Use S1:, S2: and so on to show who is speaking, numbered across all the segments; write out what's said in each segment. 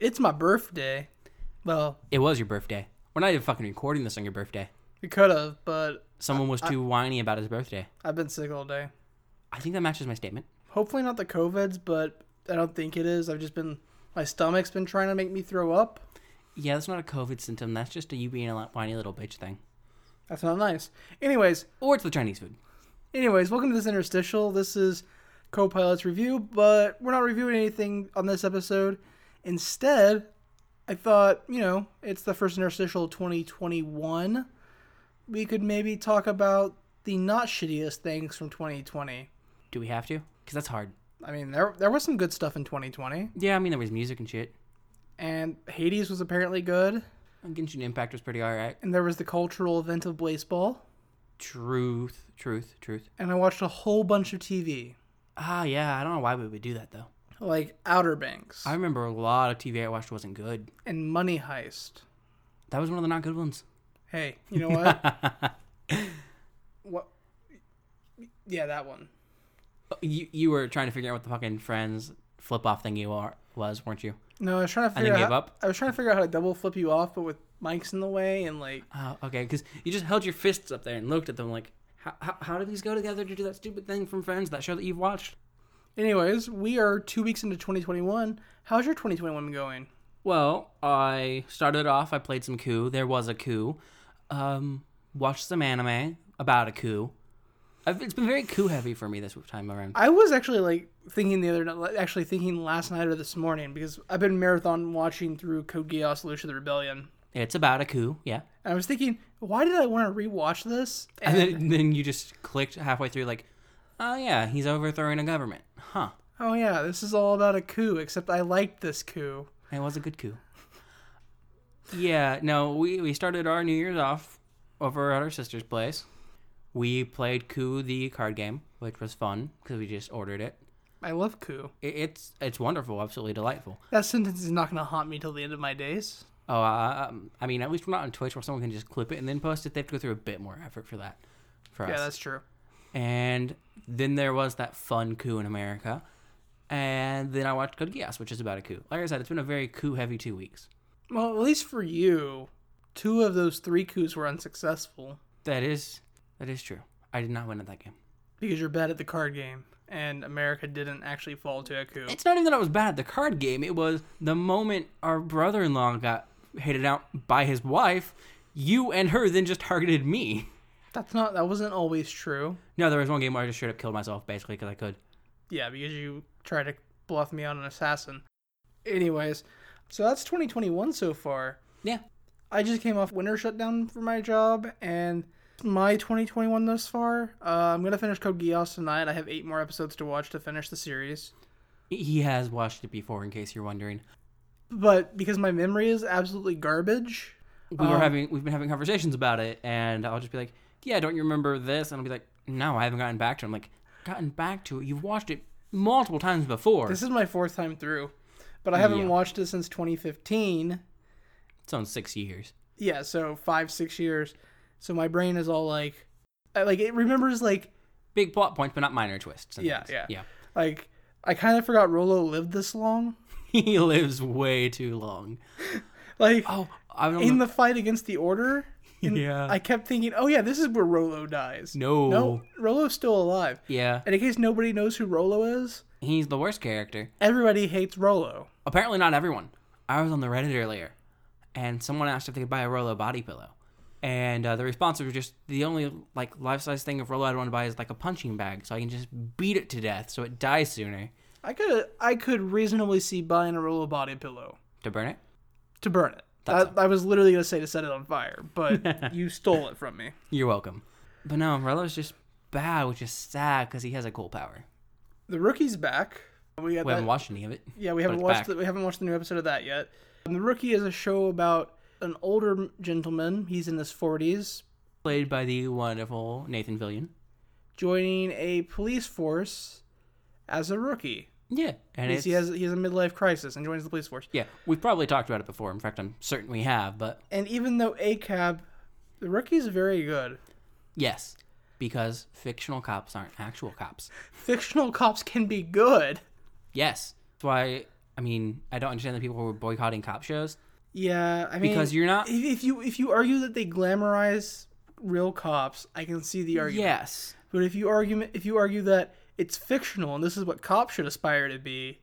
S1: It's my birthday. Well,
S2: It was your birthday. We're not even fucking recording this on your birthday.
S1: we could have, but
S2: Someone was too whiny about his birthday.
S1: I've been sick all day.
S2: I think that matches my statement.
S1: Hopefully not the COVIDs, but I don't think it is. I've just been my stomach's been trying to make me throw up.
S2: Yeah, that's not a COVID symptom. That's just a you being a li- whiny little bitch thing.
S1: That's not nice. Anyways,
S2: Or it's the Chinese food.
S1: anyways, welcome to this interstitial. This is Copilot's review, but we're not reviewing anything on this episode. Instead, I thought, you know, it's the first interstitial of 2021. We could maybe talk about the not shittiest things from 2020.
S2: Do we have to? Because that's hard.
S1: I mean, there there was some good stuff in 2020,
S2: Yeah, I mean, there was music and shit.
S1: and Hades was apparently good,
S2: And Genshin Impact was pretty alright.
S1: and there was the cultural event of baseball,
S2: Truth, truth, truth.
S1: and I watched a whole bunch of TV,
S2: Ah, yeah, I don't know why we would do that, though.
S1: like Outer Banks
S2: I remember a lot of TV I watched wasn't good.
S1: and Money Heist.
S2: That was one of the not good ones.
S1: Hey, you know what? what? Yeah, that one.
S2: You, you were trying to figure out what the fucking friends flip off thing you are, was, weren't you?
S1: No, I was trying to
S2: And
S1: figure
S2: then
S1: out.
S2: gave
S1: how-
S2: up?
S1: I was trying to figure out how to double flip you off, but with mics in the way and like
S2: Oh, okay. Because you just held your fists up there and looked at them like, how, how, how do these go together to do that stupid thing from Friends, that show that you've watched?
S1: anyways we are two weeks into 2021 how's your 2021 going
S2: Well, I started off, I played some coup. There was a coup. Um, watched some anime about a coup. I've, it's been very coup heavy for me this time around.
S1: I was actually like thinking the other night, actually thinking last night or this morning because I've been marathon watching through Code Geass: Lucia the Rebellion,
S2: It's about a coup, yeah.
S1: and I was thinking, why did I want to rewatch this?
S2: And
S1: And
S2: then, then you just clicked halfway through, like, oh yeah, he's overthrowing a government. Huh.
S1: oh yeah, this is all about a coup. Except I liked this coup.
S2: It was a good coup. Yeah, no, we, we started our New Year's off over at our sister's place. We played Coup the card game, which was fun because we just ordered it.
S1: I love coup.
S2: it. It's it's wonderful, absolutely delightful.
S1: That sentence is not going to haunt me till the end of my days.
S2: Oh, uh, um, I mean, at least we're not on Twitch where someone can just clip it and then post it. They have to go through a bit more effort for that. For
S1: Yeah,
S2: us.
S1: that's true.
S2: And then there was that fun coup in America. And then I watched Code Geass, which is about a coup. Like I said, it's been a very coup-heavy two weeks.
S1: Well, at least for you, two of those three coups were unsuccessful
S2: That is that is true. I did not win at that game.
S1: because you're bad at the card game, and America didn't actually fall to a coup.
S2: It's not even that I was bad at the card game. It was the moment our brother-in-law got hated out by his wife. You and her then just targeted me.
S1: That's not. That wasn't always true.
S2: No, there was one game where I just straight up killed myself basically because I could.
S1: Yeah, because you tried to bluff me on an assassin. Anyways, so that's 2021 so far.
S2: Yeah.
S1: I just came off winter shutdown for my job, and my 2021 thus far, uh, I'm gonna finish Code Geass tonight. I have eight more episodes to watch to finish the series.
S2: He has watched it before, in case you're wondering.
S1: But because my memory is absolutely garbage,
S2: We were having we've been having conversations about it, and I'll just be like, "Yeah, don't you remember this?" And I'll be like, "No, I haven't gotten back to." it. I'm like, "Gotten back to it? You've watched it multiple times before."
S1: this is my fourth time through, but I haven't
S2: Yeah.
S1: watched it since 2015.
S2: it's on six years.
S1: yeah so five six years so my brain is all like I- like it remembers like
S2: Big plot points, but not minor twists. and
S1: Yeah,
S2: things.
S1: yeah.
S2: yeah.
S1: like i kind of forgot rolo lived this long
S2: he lives way too long.
S1: like
S2: Oh, I don't
S1: in
S2: know.
S1: the fight against the order in-
S2: Yeah.
S1: i kept thinking oh yeah this is where rolo dies
S2: No.
S1: no rolo's still alive
S2: yeah,
S1: and in case nobody knows who rolo is
S2: he's the worst character.
S1: everybody hates rolo
S2: Apparently, not everyone. I was on the Reddit earlier, and someone asked if they could buy a Rolo body pillow, and uh, the response was just the only like life size thing of Rolo I'd want to buy is like a punching bag, so I can just beat it to death so it dies sooner
S1: i could i could reasonably see buying a rolo body pillow
S2: to burn it.
S1: to burn it I, I was literally gonna say to set it on fire but you stole it from me
S2: You're welcome. But no, Rolo's just bad, which is sad because he has a cool power.
S1: the rookie's back we got
S2: We
S1: that
S2: haven't watched any of it.
S1: Yeah, we
S2: But
S1: haven't
S2: it's
S1: watched
S2: back.
S1: the, we haven't watched the new episode of that yet. And the Rookie is a show about an older gentleman. He's in his forties,
S2: Played by the wonderful Nathan Villian.
S1: joining a police force as a rookie.
S2: Yeah, and it's,
S1: He has he has a midlife crisis and joins the police force.
S2: yeah. We've probably talked about it before. In fact, I'm certain we have. But
S1: And even though ACAB, the Rookie's very good.
S2: yes, because fictional cops aren't actual cops.
S1: Fictional cops can be good.
S2: Yes. That's why I mean, I don't understand the people who were boycotting cop shows
S1: Yeah, I mean,
S2: because you're not.
S1: if, if you if you argue that they glamorize real cops, I can see the argument.
S2: Yes.
S1: But if you argument if you argue that it's fictional and this is what cops should aspire to be,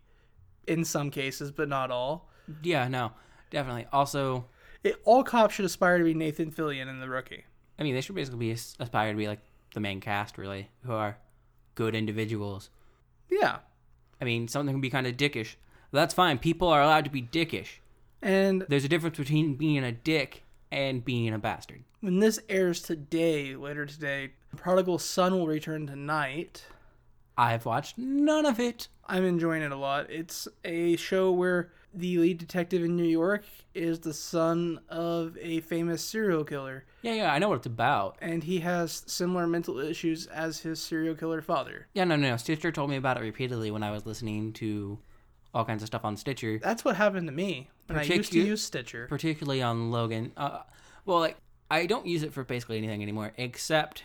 S1: in some cases, but not all.
S2: Yeah. No. Definitely. Also,
S1: It, all cops should aspire to be Nathan Fillion in The Rookie.
S2: I mean, they should basically be as- aspire to be like the main cast, really, who are good individuals.
S1: Yeah,
S2: I mean, something can be kind of dickish. That's fine. People are allowed to be dickish.
S1: and
S2: There's a difference between being a dick and being a bastard.
S1: When this airs today, later today, Prodigal Son will return tonight.
S2: I've watched none of it.
S1: I'm enjoying it a lot. It's a show where the lead detective in New York is the son of a famous serial killer,
S2: Yeah, yeah, I know what it's about.
S1: and he has similar mental issues as his serial killer father.
S2: Yeah, no, no, no. Stitcher told me about it repeatedly when I was listening to all kinds of stuff on Stitcher,
S1: That's what happened to me when I used to
S2: Particu-
S1: use Stitcher.
S2: particularly on Logan. Uh, well, like, I don't use it for basically anything anymore, except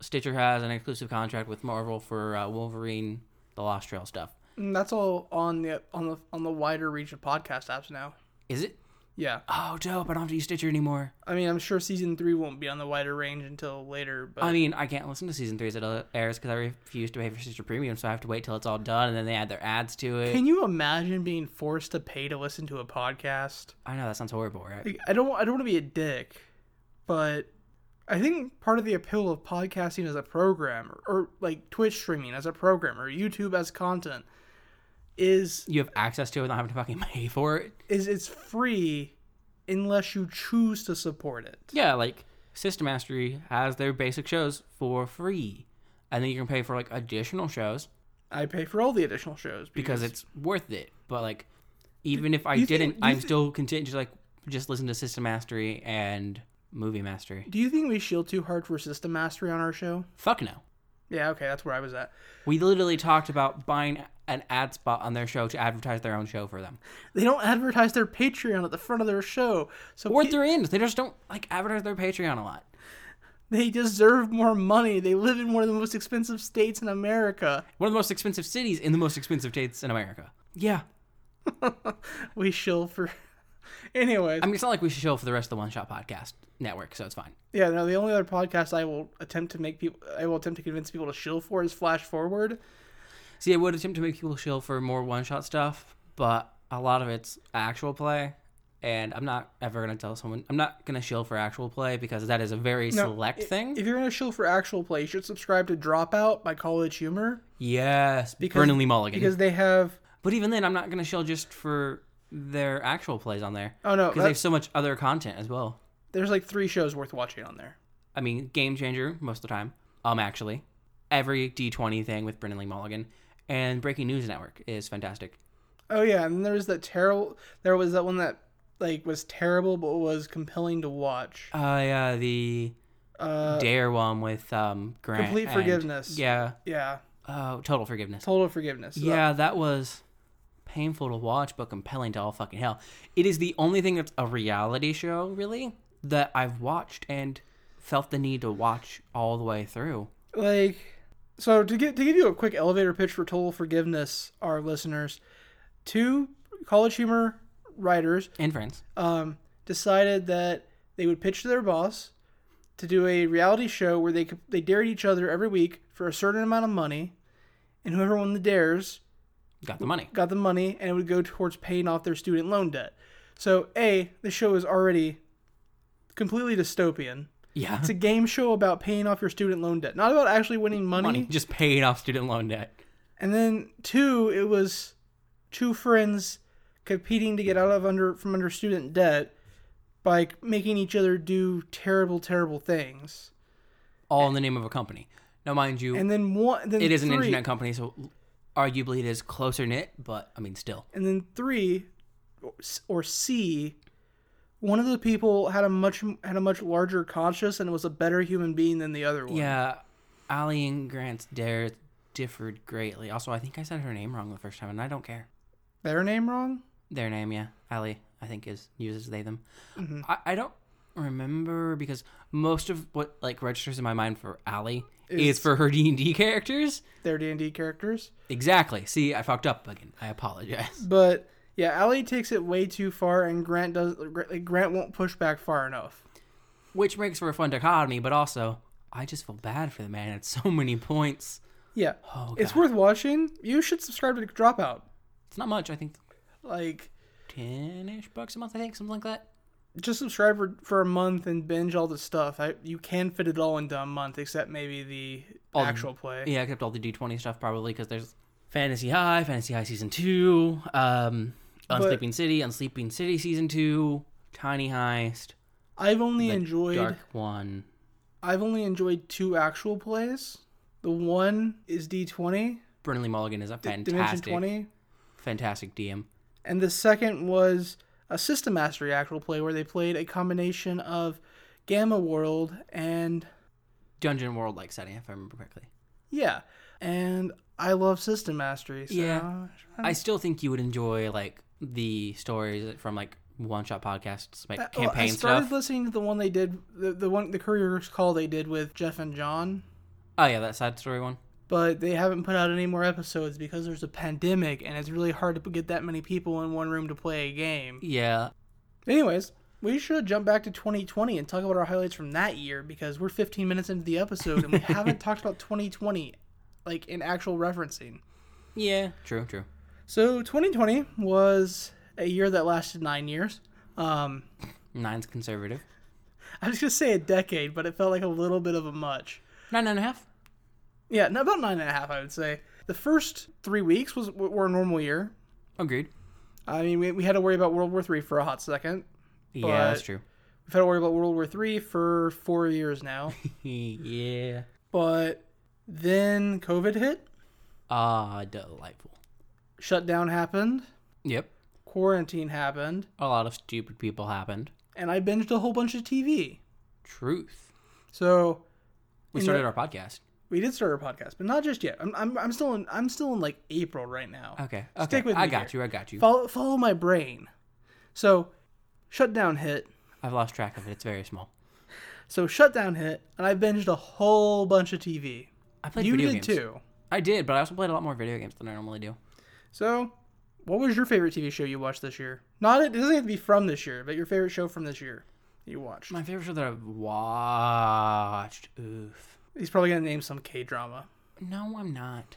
S2: Stitcher has an exclusive contract with Marvel for uh, Wolverine, the Lost Trail stuff.
S1: And that's all on the on the on the wider reach of podcast apps now.
S2: Is it?
S1: Yeah,
S2: Oh, dope. I don't have to use Stitcher anymore.
S1: I mean, I'm sure season three won't be on the wider range until later, but
S2: I mean, I can't listen to season three as it airs because I refuse to pay for Stitcher Premium, so I have to wait till it's all done and then they add their ads to it.
S1: Can you imagine being forced to pay to listen to a podcast?
S2: I know that sounds horrible, right?
S1: Like, I don't I don't want to be a dick, but I think part of the appeal of podcasting as a program or, or, like Twitch streaming as a program or YouTube as content is
S2: You have access to it without having to fucking pay for it.
S1: is it's free unless you choose to support it.
S2: Yeah, like System Mastery has their basic shows for free, and then you can pay for like additional shows
S1: I pay for all the additional shows
S2: because it's worth it. But like, even if I
S1: you think-
S2: didn't,
S1: you
S2: I'm
S1: thi-
S2: still content to like just listen to System Mastery and Movie Mastery.
S1: Do you think we shield too hard for system mastery on our show?
S2: Fuck no.
S1: Yeah, okay, that's where I was at.
S2: We literally talked about buying an ad spot on their show to advertise their own show for them.
S1: They don't advertise their Patreon at the front of their show. So
S2: Or
S1: pe-
S2: their ends. They just don't like advertise their Patreon a lot.
S1: They deserve more money. They live in one of the most expensive states in America.
S2: One of the most expensive cities in the most expensive states in America. Yeah.
S1: We shill for. Anyways,
S2: I mean, it's not like we should show for the rest of the One Shot Podcast Network, so it's fine.
S1: yeah, no, the only other podcast I will attempt to make people, I will attempt to convince people to shill for is Flash Forward.
S2: See, I would attempt to make people shill for more one shot stuff, but a lot of it's actual play. And I'm not ever going to tell someone, I'm not going to shill for actual play because that is a very select thing.
S1: If you're going to shill for actual play, you should subscribe to Dropout by College Humor
S2: yes, because, Vernon Lee Mulligan.
S1: because they have.
S2: but even then, I'm not going to shill just for their actual plays on there
S1: Oh no,
S2: because
S1: that-
S2: they have so much other content as well.
S1: there's like three shows worth watching on there.
S2: I mean, Game Changer most of the time. Um, actually, every D20 thing with Brendan Lee Mulligan and Breaking News Network is fantastic.
S1: Oh yeah, and there was that terrible. There was that one that like was terrible but was compelling to watch.
S2: Uh, yeah, the
S1: Uh,
S2: Dare one with um Grant.
S1: Complete
S2: and-
S1: Forgiveness.
S2: Yeah.
S1: yeah,
S2: Oh, total forgiveness.
S1: Total Forgiveness.
S2: Yeah, that was painful to watch, but compelling to all fucking hell. It is the only thing that's a reality show, really, that I've watched and felt the need to watch all the way through.
S1: like so to get to give you a quick elevator pitch for total forgiveness our listeners two college humor writers
S2: In France,
S1: um, decided that they would pitch to their boss to do a reality show where they could- they dared each other every week for a certain amount of money and whoever won the dares
S2: got the money.
S1: got the money and it would go towards paying off their student loan debt so a the show is already completely dystopian
S2: Yeah,
S1: it's a game show about paying off your student loan debt not about actually winning
S2: money just paid off student loan debt.
S1: And then two, it was two friends competing to get out of under from under student debt by making each other do terrible, terrible things.
S2: all in the name of a company. Now, mind you,
S1: And then one, then
S2: it is an
S1: three-
S2: internet company, so arguably it is closer knit, but I mean, still.
S1: And then three, or s- or C, one of the people had a much had a much larger conscience and was a better human being than the other one.
S2: Yeah, Ali and Grant's dare differed greatly. Also, I think I said her name wrong the first time, and I don't care.
S1: their name wrong.
S2: Their name, yeah, Ali, I think is uses they them. I, I don't remember because most of what like registers in my mind for Ali is,
S1: Is-
S2: for her D and D characters.
S1: Their D and D characters.
S2: Exactly. See, I fucked up again. I apologize.
S1: But Yeah, Allie takes it way too far, and Grant does. like, Grant won't push back far enough.
S2: which makes for a fun dichotomy, but also I just feel bad for the man at so many points.
S1: Yeah,
S2: Oh,
S1: it's
S2: God.
S1: worth watching. You should subscribe to Dropout.
S2: It's not much. I think
S1: Like,
S2: ten ish bucks a month. I think something like that.
S1: just subscribe for, for a month and binge all the stuff. I, you can fit it all into a month, except maybe the
S2: All the-
S1: actual play.
S2: Oh, Yeah, except all the D twenty stuff probably because there's Fantasy High, Fantasy High season two, um,
S1: But-
S2: Unsleeping City, Unsleeping City season two, Tiny Heist,
S1: I've only
S2: The
S1: enjoyed.
S2: Dark One.
S1: I've only enjoyed two actual plays. The one is D twenty,
S2: Burnley Mulligan is a
S1: Dimension
S2: fantastic,
S1: twenty,
S2: fantastic DM.
S1: and the second was a System Mastery actual play where they played a combination of Gamma World and
S2: Dungeon world like setting, if I remember correctly.
S1: yeah, and I love System Mastery. So uh,
S2: Yeah.
S1: Um,
S2: I still think you would enjoy like the stories from like one shot podcasts, like
S1: Well,
S2: campaign
S1: uh, oh, I started
S2: stuff.
S1: listening to the one they did, the, the one the Courier's Call they did with Jeff and John,
S2: Oh yeah, that side story one.
S1: but they haven't put out any more episodes because there's a pandemic and it's really hard to get that many people in one room to play a game.
S2: Yeah,
S1: Anyways, we should jump back to 2020 and talk about our highlights from that year because we're 15 minutes into the episode and we haven't talked about 2020 like in actual referencing.
S2: yeah, true, true.
S1: So 2020 was a year that lasted 9 years. Um
S2: Nine's conservative.
S1: I was gonna say a decade, but it felt like a little bit of a much.
S2: Nine and a half.
S1: Yeah, no, about nine and a half, I would say. The first three weeks was were a normal year.
S2: Agreed.
S1: I mean, we, we had to worry about World War Three for a hot second.
S2: yeah, that's
S1: But-
S2: true.
S1: We've had to worry about World War Three for four years now.
S2: yeah.
S1: but then COVID hit,
S2: Ah, delightful.
S1: shutdown happened,
S2: Yep.
S1: quarantine happened,
S2: A lot of stupid people happened.
S1: and I binged a whole bunch of TV.
S2: Truth.
S1: So
S2: We
S1: In
S2: started
S1: the-
S2: our podcast.
S1: we did start our podcast, but not just yet. I'm I'm, I'm still in I'm still in like April right now.
S2: Okay. okay.
S1: Stick with
S2: I
S1: me
S2: got you. I got you.
S1: Follow follow my brain. So shutdown hit.
S2: I've lost track of it. It's very small.
S1: So shutdown hit, and I binged a whole bunch of TV.
S2: I played
S1: you
S2: video
S1: did
S2: games
S1: too.
S2: I did, but I also played a lot more video games than I normally do.
S1: So, what was your favorite TV show you watched this year? Not it doesn't have to be from this year, but your favorite show from this year that you watched.
S2: My favorite show that I've watched. Oof.
S1: He's probably gonna name some K drama.
S2: No, I'm not.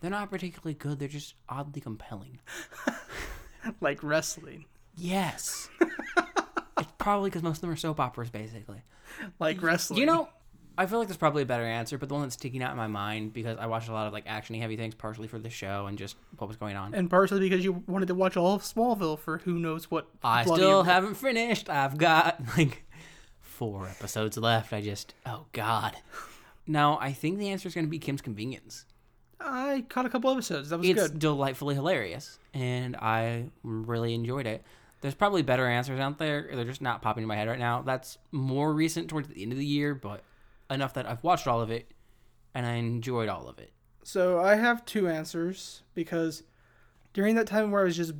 S2: They're not particularly good. They're just oddly compelling.
S1: like wrestling,
S2: Yes. it's probably because most of them are soap operas, basically.
S1: like wrestling.
S2: You know, I feel like there's probably a better answer, but the one that's sticking out in my mind because I watched a lot of like action heavy things, partially for the show and just what was going on.
S1: and partially because you wanted to watch all of Smallville for who knows what.
S2: I
S1: bloody-
S2: still haven't finished. I've got like four episodes left. I just, oh God. No, I think the answer is going to be Kim's Convenience.
S1: I caught a couple episodes. That was
S2: it's
S1: good.
S2: delightfully hilarious, and I really enjoyed it. There's probably better answers out there. They're just not popping in my head right now. That's more recent towards the end of the year, but enough that I've watched all of it and I enjoyed all of it.
S1: So I have two answers because during that time where I was just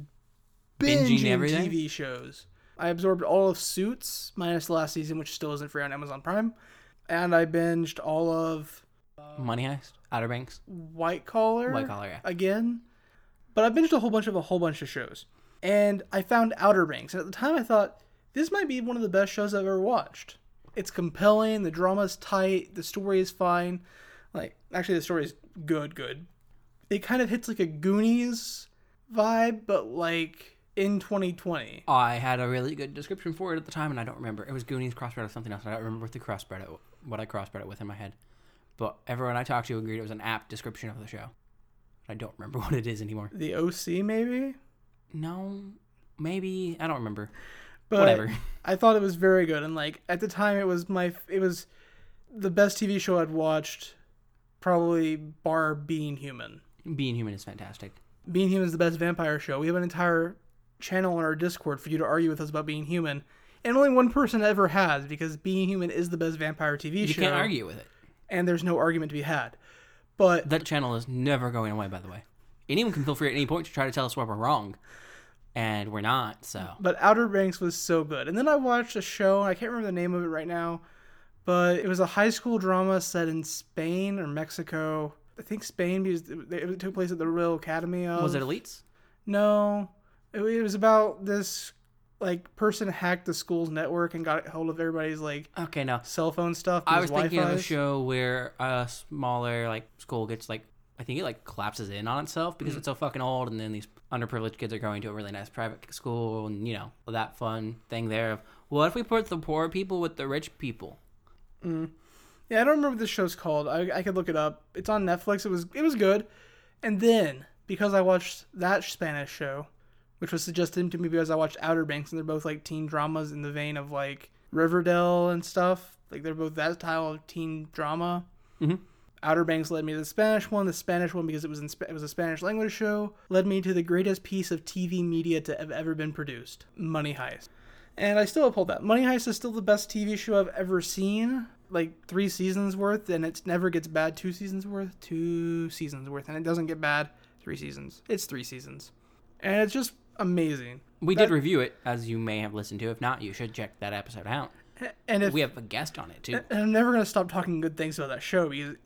S2: Binging
S1: binging,
S2: everything?
S1: TV shows, I absorbed all of Suits minus the last season, which still isn't free on Amazon Prime, and I binged all of
S2: Money Heist, Outer Banks,
S1: White Collar.
S2: White Collar, yeah.
S1: again. But I binged a whole bunch of a whole bunch of shows, and I found Outer Banks. And at the time, I thought this might be one of the best shows I've ever watched. It's compelling. The drama's tight. The story is fine. Like actually, the story is good. Good. It kind of hits like a Goonies vibe, but like in 2020.
S2: I had a really good description for it at the time, and I don't remember. It was Goonies crossbred or something else. I don't remember what the crossbred it, what I crossbred it with in my head. But everyone I talked to agreed it was an apt description of the show. I don't remember what it is anymore.
S1: The OC maybe.
S2: No, maybe I don't remember.
S1: But
S2: Whatever.
S1: I thought it was very good, and like at the time, it was my it was the best TV show I'd watched, probably bar Being Human.
S2: Being human is fantastic.
S1: Being Human is the best vampire show. We have an entire channel on our Discord for you to argue with us about Being Human, and only one person ever has because Being Human is the best vampire TV
S2: You
S1: show,
S2: can't argue with it.
S1: and there's no argument to be had. But
S2: That channel is never going away, by the way. Anyone can feel free at any point to try to tell us where we're wrong, and we're not. So
S1: but Outer Banks was so good. And then I watched a show, and I can't remember the name of it right now, but it was a high school drama set in Spain or Mexico. I think Spain because it it took place at the Royal Academy of.
S2: was it elites?
S1: No, It, it was about this like person hacked the school's network and got hold of everybody's like
S2: Okay, no.
S1: cell phone stuff.
S2: I was
S1: because
S2: thinking of a
S1: Wi-Fi's.
S2: show where a smaller like school gets like I think it like collapses in on itself
S1: Mm.
S2: because it's so fucking old, and then these underprivileged kids are going to a really nice private school, and you know that fun thing there of what if we put the poor people with the rich people?
S1: Yeah, I don't remember what this show's called. I, I could look it up. It's on Netflix. It was it was good. And then because I watched that Spanish show, which was suggested to me because I watched Outer Banks, and they're both like teen dramas in the vein of like Riverdale and stuff. Like they're both that style of teen drama.
S2: Mhm.
S1: Outer Banks led me to the Spanish one. The Spanish one because it was in Sp- it was a Spanish language show led me to the greatest piece of TV media to have ever been produced: Money Heist. And I still uphold that. Money Heist is still the best TV show I've ever seen. Like three seasons worth, and it never gets bad. Two seasons worth, two seasons worth, and it doesn't get bad. Three seasons. It's three seasons. And it's just amazing.
S2: We did
S1: That-
S2: review it, as you may have listened to. If not, you should check that episode out.
S1: And if Uh,
S2: We have a guest on it too.
S1: and I'm never gonna stop talking good things about that show because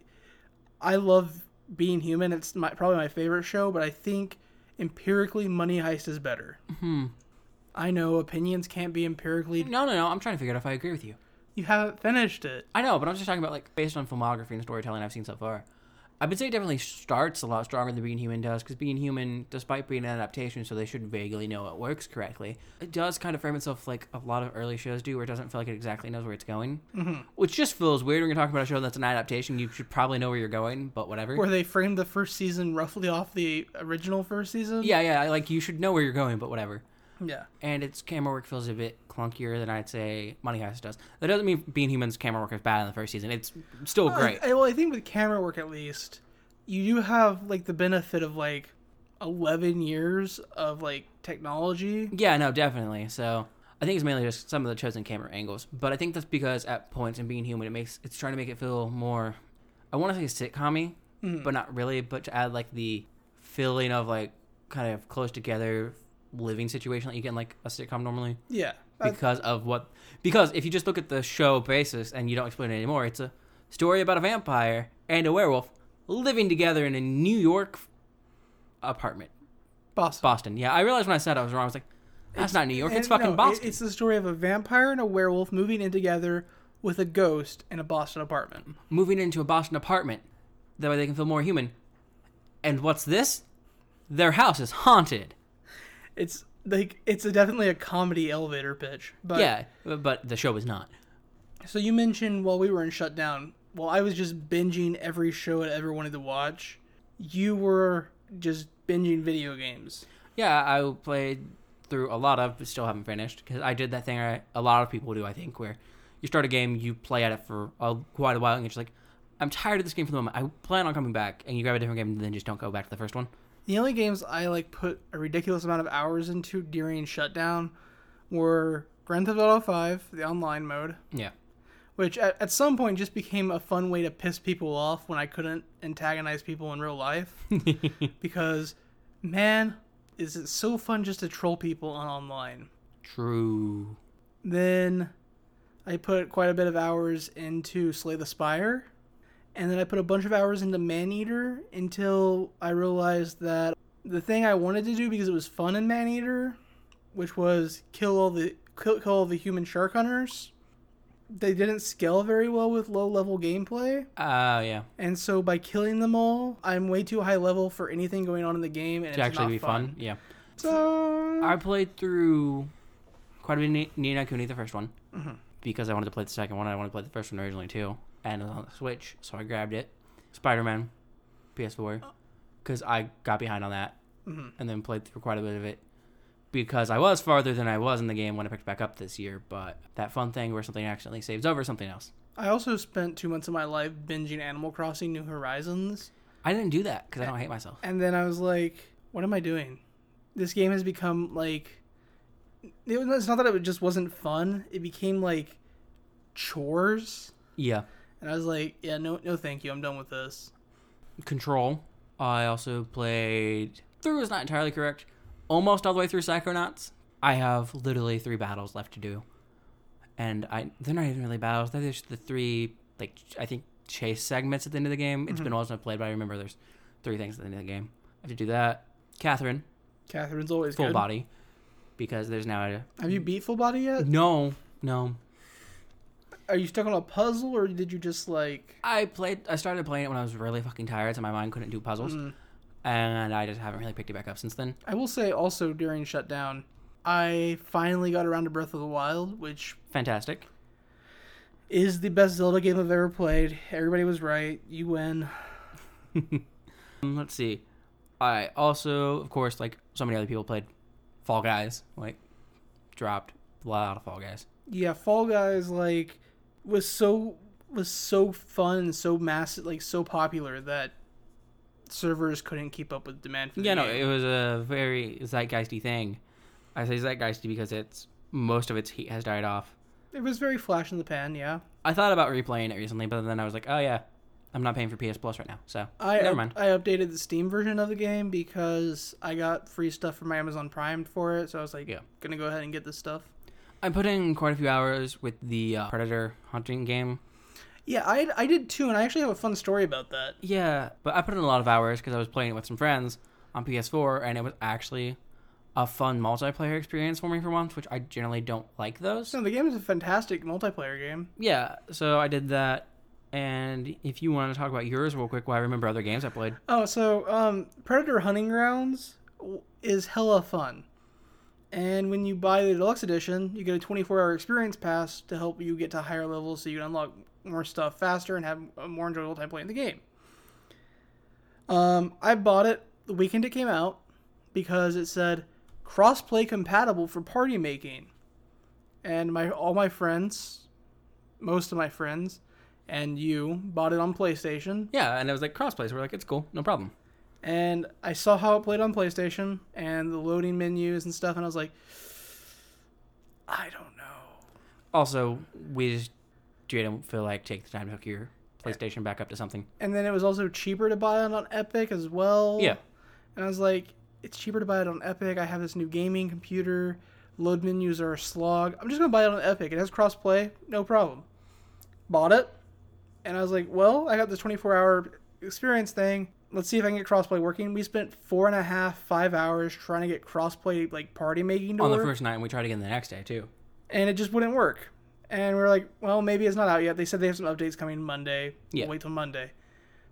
S1: I love being human. It's my probably my favorite show, but I think empirically, Money Heist is better. I know opinions can't be empirically.
S2: No, no, no. I'm trying to figure out if I agree with you.
S1: You haven't finished it.
S2: I know, but I'm just talking about like based on filmography and storytelling I've seen so far. I would say it definitely starts a lot stronger than Being Human does, because Being Human, despite being an adaptation, so they should vaguely know it works correctly, it does kind of frame itself like a lot of early shows do, where it doesn't feel like it exactly knows where it's going. Mm-hmm. Which just feels weird when you're talking about a show that's an adaptation. You should probably know where you're going, but whatever.
S1: Where they framed the first season roughly off the original first season.
S2: yeah, yeah, like you should know where you're going, but whatever.
S1: Yeah.
S2: and its camera work feels a bit clunkier than I'd say Money Heist does. That doesn't mean Being Human's camera work is bad in the first season. It's still great.
S1: I, I- well, I think with camera work at least, you do have like the benefit of like eleven years of like technology.
S2: Yeah, no, definitely. So I think it's mainly just some of the chosen camera angles, but I think that's because at points in Being Human, it makes it's trying to make it feel more. I want to say sitcom-y, but not really. But to add like the feeling of like kind of close together living situation that you get in like a sitcom normally.
S1: Yeah. I-
S2: because of what because if you just look at the show basis and you don't explain it anymore it's a story about a vampire and a werewolf living together in a new york apartment
S1: Boston.
S2: boston yeah i realized when i said i was wrong i was like that's not new york
S1: And
S2: it's fucking
S1: no, it-
S2: boston
S1: it's the story of a vampire and a werewolf moving in together with a ghost in a Boston apartment.
S2: moving into a boston apartment that way they can feel more human and what's this their house is haunted
S1: It's like it's a, definitely a comedy elevator pitch. But
S2: yeah but the show is not
S1: So you mentioned while we were in shutdown, while I was just binging every show I ever wanted to watch, you were just binging video games.
S2: Yeah, I played through a lot of, but still haven't finished because I did that thing I, a lot of people do, I think, where you start a game, you play at it for a, quite a while, and you're just like, I'm tired of this game for the moment. I plan on coming back, and you grab a different game, and then just don't go back to the first one.
S1: The only games I like put a ridiculous amount of hours into during shutdown were Grand Theft Auto 5, the online mode,
S2: Yeah.
S1: which at, at some point just became a fun way to piss people off when I couldn't antagonize people in real life. because, man, is it so fun just to troll people on online.
S2: True.
S1: Then I put quite a bit of hours into Slay the Spire. And then I put a bunch of hours into Maneater until I realized that the thing I wanted to do because it was fun in Maneater, which was kill all the kill, kill all the human shark hunters, they didn't scale very well with low level gameplay.
S2: Oh, yeah.
S1: And so by killing them all, I'm way too high level for anything going on in the game and
S2: To
S1: it's
S2: actually
S1: not
S2: be fun. Yeah.
S1: So
S2: I played through quite a bit of Ni- Ni no Kuni, the first one, because I wanted to play the second one. I wanted to play the first one originally too, and it was on the Switch, so I grabbed it. Spider Man, PS4, because I got behind on that,
S1: Mhm.
S2: and then played through quite a bit of it because I was farther than I was in the game when I picked it back up this year. But that fun thing where something accidentally saves over something else.
S1: I also spent two months of my life binging Animal Crossing New Horizons,
S2: I didn't do that because I don't hate myself.
S1: and then I was like, "What am I doing? This game has become like." It was, it's not that it just wasn't fun; it became like chores,
S2: Yeah.
S1: and I was like, "Yeah, no, no, thank you. I'm done with this."
S2: Control. I also played through is not entirely correct. Almost all the way through Psychonauts. I have literally three battles left to do, and I they're not even really battles. They're just the three like ch- I think chase segments at the end of the game. It's been a while since I played, but I remember there's three things at the end of the game. I have to do that. Catherine,
S1: Catherine's always
S2: full
S1: good.
S2: body because there's now a
S1: Have you beat full body
S2: Mm-hmm.
S1: yet?
S2: no no
S1: Are you stuck on a puzzle or did you just like?
S2: I played. I started playing it when I was really fucking tired, so my mind couldn't do puzzles, and I just haven't really picked it back up since then.
S1: I will say also during shutdown, I finally got around to Breath of the Wild, which
S2: Fantastic.
S1: is the best Zelda game I've ever played. Everybody was right. You win.
S2: Um, Let's see. I also, of course, like so many other people, played Fall Guys. Like, dropped a lot of Fall Guys.
S1: Yeah, Fall Guys like was so was so fun and so massive, like so popular that servers couldn't keep up with demand for the
S2: Yeah, no,
S1: game.
S2: it was a very zeitgeisty thing. I say zeitgeisty because it's most of its heat has died off.
S1: it was very flash in the pan. Yeah,
S2: I thought about replaying it recently, but then I was like, oh yeah, I'm not paying for PS Plus right now, so
S1: I uh,
S2: never mind.
S1: I updated the Steam version of the game because I got free stuff from Amazon Prime for it, so I was like,
S2: Yeah.
S1: gonna go ahead and get this stuff.
S2: I put in quite a few hours with the uh, Predator hunting game.
S1: Yeah, I I did too, and I actually have a fun story about that.
S2: Yeah, but I put in a lot of hours because I was playing it with some friends on PS4, and it was actually a fun multiplayer experience for me for once, which I generally don't like those.
S1: So the game is a fantastic multiplayer game.
S2: Yeah, so I did that. And if you want to talk about yours real quick, while I remember other games I played.
S1: Oh, so um, Predator Hunting Grounds w- is hella fun. And when you buy the deluxe edition, you get a 24-hour experience pass to help you get to higher levels, so you can unlock more stuff faster and have a more enjoyable time playing the game. Um, I bought it the weekend it came out because it said cross-play compatible for party making, and my all my friends, most of my friends, and you bought it on PlayStation.
S2: Yeah, and it was like crossplay, so we're like, it's cool, no problem.
S1: and I saw how it played on PlayStation and the loading menus and stuff, and I was like, I don't know.
S2: Also, we just didn't feel like take the time to hook your PlayStation back up to something.
S1: And then it was also cheaper to buy it on Epic as well.
S2: Yeah.
S1: And I was like, it's cheaper to buy it on Epic. I have this new gaming computer. Load menus are a slog. I'm just gonna buy it on Epic. It has crossplay, no problem. Bought it, and I was like, well, I got this 24 hour experience thing. Let's see if I can get crossplay working. We spent four and a half, five hours trying to get crossplay like party making to
S2: On the
S1: work.
S2: first night, and we tried again the next day, too.
S1: and it just wouldn't work. And we were like, well, maybe it's not out yet. They said they have some updates coming Monday.
S2: Yeah.
S1: We'll wait till Monday.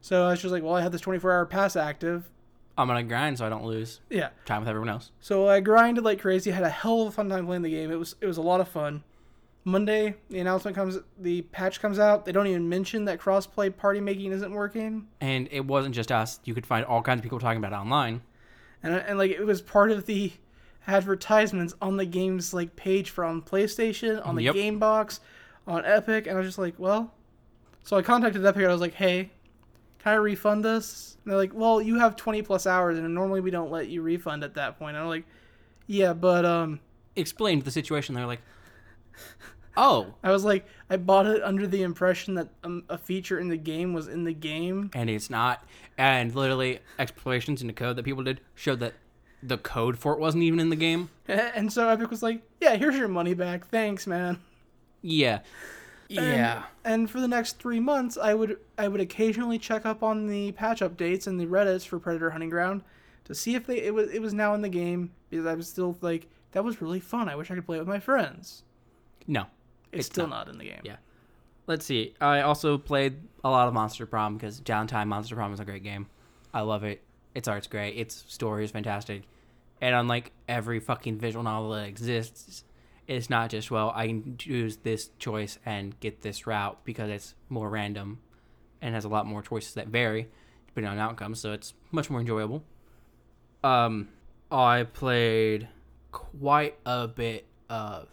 S1: So I was just like, well, I had this 24 hour pass active.
S2: I'm going to grind so I don't lose
S1: Yeah.
S2: time with everyone else.
S1: So I grinded like crazy. Had a hell of a fun time playing the game. It was it was a lot of fun. Monday, the announcement comes, the patch comes out. They don't even mention that crossplay party making isn't working.
S2: and it wasn't just us. You could find all kinds of people talking about it online.
S1: and and like it was part of the advertisements on the game's like page from PlayStation on the
S2: Yep.
S1: game box on Epic and I was just like, well, so I contacted Epic and I was like, "Hey, can I refund this?" And they're like, "Well, you have 20 plus hours and normally we don't let you refund at that point." And I'm like, "Yeah, but um
S2: Explained the situation. They're like, "Oh,
S1: I was like, I bought it under the impression that um, a feature in the game was in the game.
S2: and it's not." And literally, explorations into code that people did showed that the code for it wasn't even in the game.
S1: And so Epic was like, "Yeah, here's your money back. Thanks, man."
S2: Yeah,
S1: And-
S2: yeah.
S1: And for the next three months, I would I would occasionally check up on the patch updates and the Reddit's for Predator Hunting Ground to see if they it was it was now in the game because I was still like that was really fun. I wish I could play it with my friends.
S2: No,
S1: It's, still not. in the game.
S2: Yeah. Let's see. I also played a lot of Monster Prom because Downtime Monster Prom is a great game. I love it. Its art's great. Its story is fantastic. And unlike every fucking visual novel that exists, it's not just, well, I can choose this choice and get this route because it's more random and has a lot more choices that vary depending on outcomes. So it's much more enjoyable. Um, I played quite a bit of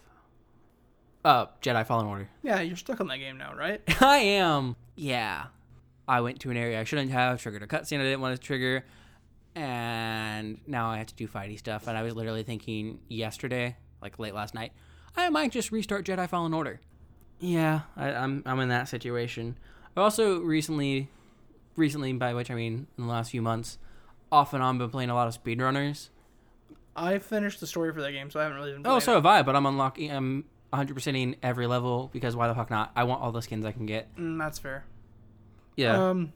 S2: uh, Jedi Fallen Order.
S1: Yeah, you're stuck on that game now, right?
S2: I am. Yeah. I went to an area I shouldn't have, triggered a cutscene I didn't want to trigger, and now I have to do fighty stuff. And I was literally thinking yesterday, like late last night, I might just restart Jedi Fallen Order. Yeah, I, I'm I'm in that situation. I've also recently, recently by which I mean in the last few months, off and on been playing a lot of speedrunners.
S1: I finished the story for that game, so I haven't really been. Playing
S2: Oh, so
S1: it.
S2: have I, but I'm unlocking. I'm 100%ing every level because why the fuck not? I want all the skins I can get.
S1: Mm, that's fair.
S2: Yeah.
S1: Um,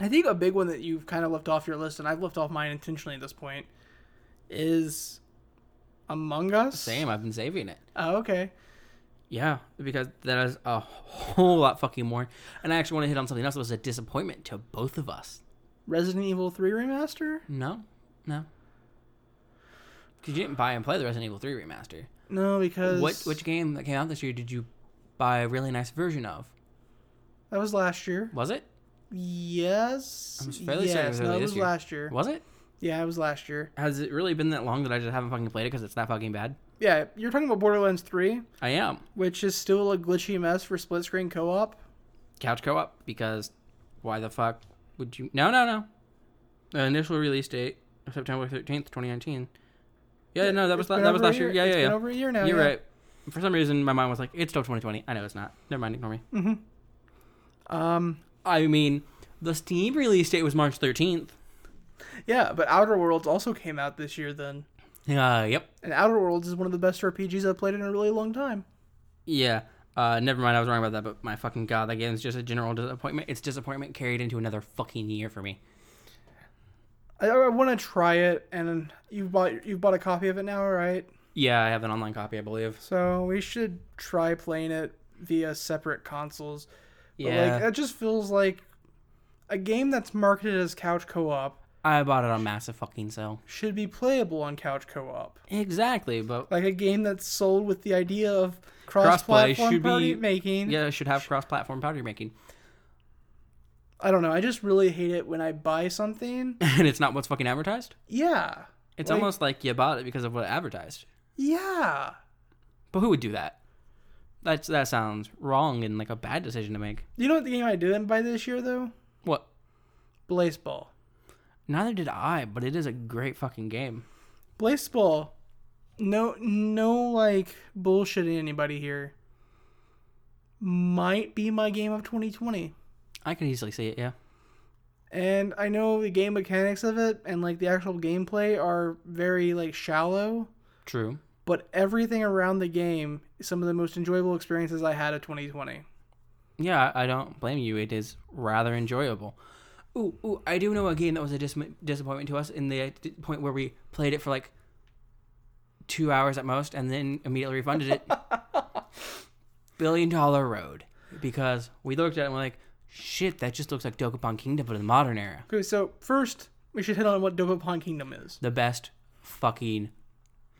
S1: I think a big one that you've kind of left off your list, and I've left off mine intentionally at this point, is Among Us.
S2: Same. I've been saving it.
S1: Oh, okay.
S2: Yeah, because that is a whole lot fucking more. And I actually want to hit on something else that was a disappointment to both of us.
S1: Resident Evil 3 remaster?
S2: No, no. Because you didn't buy and play the Resident Evil 3 remaster.
S1: No, because
S2: What which game that came out this year did you buy a really nice version of?
S1: that was last year.
S2: Was it?
S1: Yes.
S2: I'm fairly certain it was
S1: yes, no,
S2: early
S1: it
S2: this
S1: was
S2: year.
S1: last year.
S2: Was it?
S1: Yeah, it was last year.
S2: Has it really been that long that I just haven't fucking played it because it's that fucking bad?
S1: Yeah, you're talking about Borderlands 3,
S2: I am
S1: which is still a glitchy mess for split screen co op.
S2: couch co-op because why the fuck would you? No, no, no. The initial release date of September 13th, 2019. Yeah, Uh, no, that was la- that was last year. Yeah, yeah,
S1: It's
S2: yeah.
S1: been over a year now.
S2: You're
S1: Oh, yeah.
S2: right. For some reason, my mind was like, it's still 2020. I know it's not. Never mind, ignore me.
S1: Mm-hmm. Um,
S2: I mean, the Steam release date was March 13th.
S1: yeah, but Outer Worlds also came out this year then.
S2: Uh, yep.
S1: And Outer Worlds is one of the best RPGs I've played in a really long time.
S2: Yeah. Uh, never mind. I was wrong about that. But my fucking god, that game's just a general disappointment. It's disappointment carried into another fucking year for me.
S1: I, I want to try it, and you bought you bought a copy of it now, right?
S2: Yeah, I have an online copy, I believe.
S1: So we should try playing it via separate consoles. But
S2: Yeah,
S1: like that just feels like a game that's marketed as couch co-op
S2: I bought it on massive fucking sale.
S1: should be playable on couch co-op.
S2: Exactly, but
S1: Like a game that's sold with the idea of
S2: Crossplay
S1: cross-platform
S2: should be-
S1: party making.
S2: yeah, it should have cross-platform powder making,
S1: I don't know. I just really hate it when I buy something.
S2: and it's not what's fucking advertised.
S1: Yeah.
S2: It's
S1: Like-
S2: almost like you bought it because of what advertised.
S1: Yeah.
S2: But who would do that? That's that sounds wrong and like a bad decision to make.
S1: You know what the game I didn't buy this year though?
S2: What?
S1: Blazeball.
S2: Neither did I, but it is a great fucking game.
S1: Blazeball. No no like bullshitting anybody here. Might be my game of 2020.
S2: I could easily see it. Yeah.
S1: and I know the game mechanics of it and like the actual gameplay are very like shallow,
S2: True.
S1: but everything around the game is some of the most enjoyable experiences I had of 2020.
S2: Yeah, I I don't blame you. It is rather enjoyable. Ooh, ooh, I do know a game that was a dis- disappointment to us in the uh, d- point where we played it for like two hours at most and then immediately refunded it. Billion Dollar Road. Because we looked at it and we're like, shit, that just looks like Dokapon Kingdom, but in the modern era.
S1: Okay, so first we should hit on what Dokapon Kingdom is.
S2: The best fucking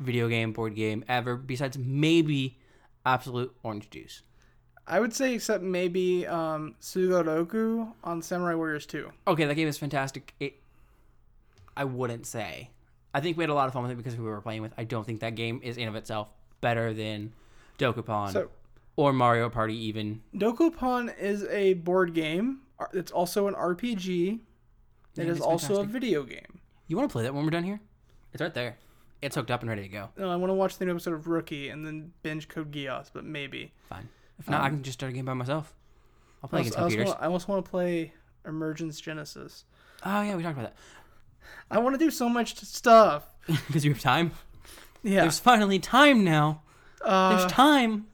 S2: video game, board game ever, besides maybe Absolute Orange Juice.
S1: I would say except maybe um, Sugoroku on Samurai Warriors 2.
S2: okay, that game is fantastic. It, I wouldn't say. I think we had a lot of fun with it because we were playing with. I don't think that game is in of itself better than Dokapon
S1: So
S2: or Mario Party even.
S1: Dokapon is a board game. Ar- It's also an RPG. It
S2: Yeah,
S1: is
S2: it's
S1: also a
S2: fantastic.
S1: video game.
S2: You want to play that when we're done here? It's right there. It's hooked up and ready to go.
S1: No, I want to watch the new episode of Rookie and then binge Code Geass, but maybe.
S2: Fine. If not, I can just start a game by myself. I'll play against
S1: Um, I also,
S2: computers.
S1: want, I also want to play Emergence Genesis.
S2: Oh yeah, we talked about
S1: I want to do so much t- stuff.
S2: that because you have time.
S1: Yeah,
S2: There's finally time now.
S1: uh,
S2: There's time.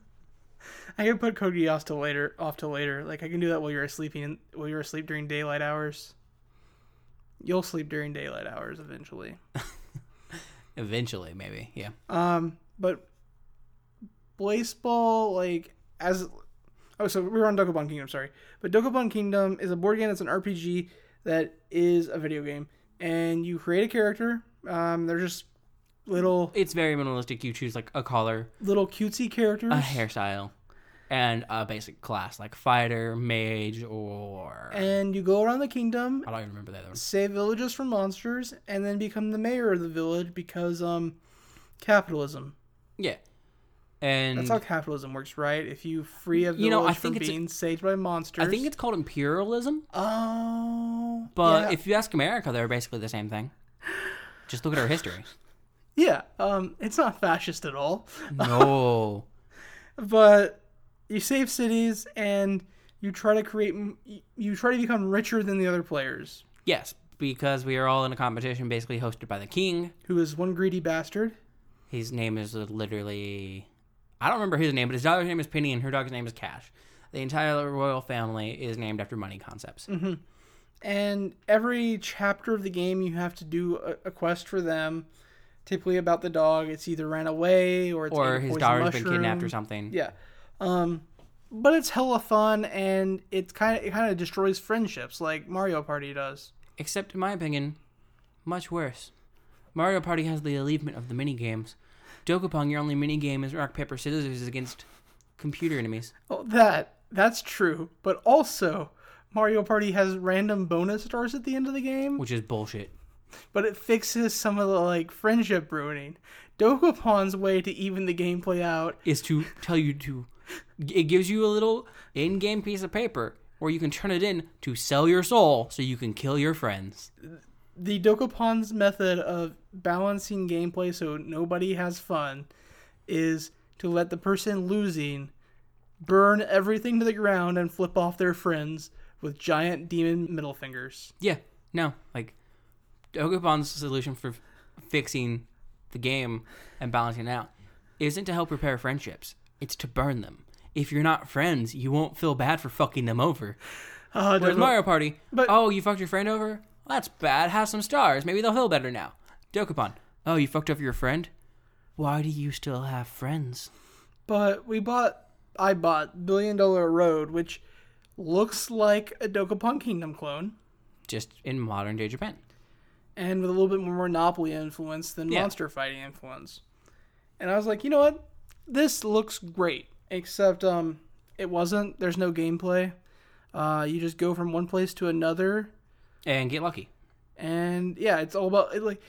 S1: I can put Code Geass to later, off to later. Like I can do that while you're sleeping, in, while you're asleep during daylight hours. You'll sleep during daylight hours eventually.
S2: Eventually, maybe. Yeah.
S1: Um, but baseball, like as oh, so we were on Dokubon Kingdom. Sorry, but Dokubon Kingdom is a board game that's an RPG that is a video game, and you create a character. Um, they're just little
S2: It's very minimalistic. You choose like a color,
S1: little cutesy characters.
S2: a hairstyle and a basic class like fighter, mage, or
S1: and you go around the kingdom,
S2: I don't even remember the other one.
S1: save villages from monsters, and then become the mayor of the village because um, capitalism.
S2: Yeah, and
S1: That's how capitalism works, right? If you free a village
S2: Mm. You know, I
S1: from
S2: think it's a-
S1: being saved by monsters,
S2: I think it's called imperialism,
S1: oh,
S2: but
S1: yeah.
S2: if you ask America, they're basically the same thing. Just look at our history.
S1: yeah, um, it's not fascist at all.
S2: No,
S1: But you save cities and you try to create, m- you try to become richer than the other players,
S2: yes, because we are all in a competition, basically hosted by the king.
S1: who is one greedy bastard.
S2: His name is literally I don't remember his name, but his daughter's name is Penny, and her dog's name is Cash. The entire royal family is named after money concepts.
S1: Mhm. and every chapter of the game you have to do a, a quest for them typically about the dog. It's either ran away or it's
S2: or
S1: ate a
S2: his
S1: poison
S2: daughter's been
S1: mushroom.
S2: kidnapped or something.
S1: Yeah. Um, but it's hella fun, and it's kind of it kind of destroys friendships like Mario Party does.
S2: Except, in my opinion, much worse. Mario Party has the achievement of the mini games. Dokapong, your only mini game is rock paper scissors against computer enemies.
S1: Oh, that that's true. But also, Mario Party has random bonus stars at the end of the game,
S2: which is bullshit.
S1: but it fixes some of the like friendship ruining. Dokupon's way to even the gameplay out.
S2: Is to tell you to. It gives you a little in-game piece of paper where you can turn it in to sell your soul so you can kill your friends.
S1: The Dokupon's method of balancing gameplay so nobody has fun is to let the person losing burn everything to the ground and flip off their friends with giant demon middle fingers.
S2: Yeah, no, like Dokupon's solution for f- fixing the game and balancing it out isn't to help repair friendships. It's to burn them. If you're not friends, you won't feel bad for fucking them over.
S1: Uh,
S2: Whereas Mario Party,
S1: But-
S2: oh, you fucked your friend over? Well, that's bad. Have some stars. Maybe they'll feel better now. Dokapon, oh, you fucked over your friend? Why do you still have friends?
S1: But we bought, I bought Billion Dollar Road, which looks like a Dokapon Kingdom clone,
S2: Just in modern day Japan.
S1: and with a little bit more Monopoly influence than
S2: Yeah.
S1: monster fighting influence. And I was like, you know what? This looks great, except um, it wasn't. There's no gameplay. Uh, you just go from one place to another,
S2: And get lucky.
S1: and yeah, it's all about it, like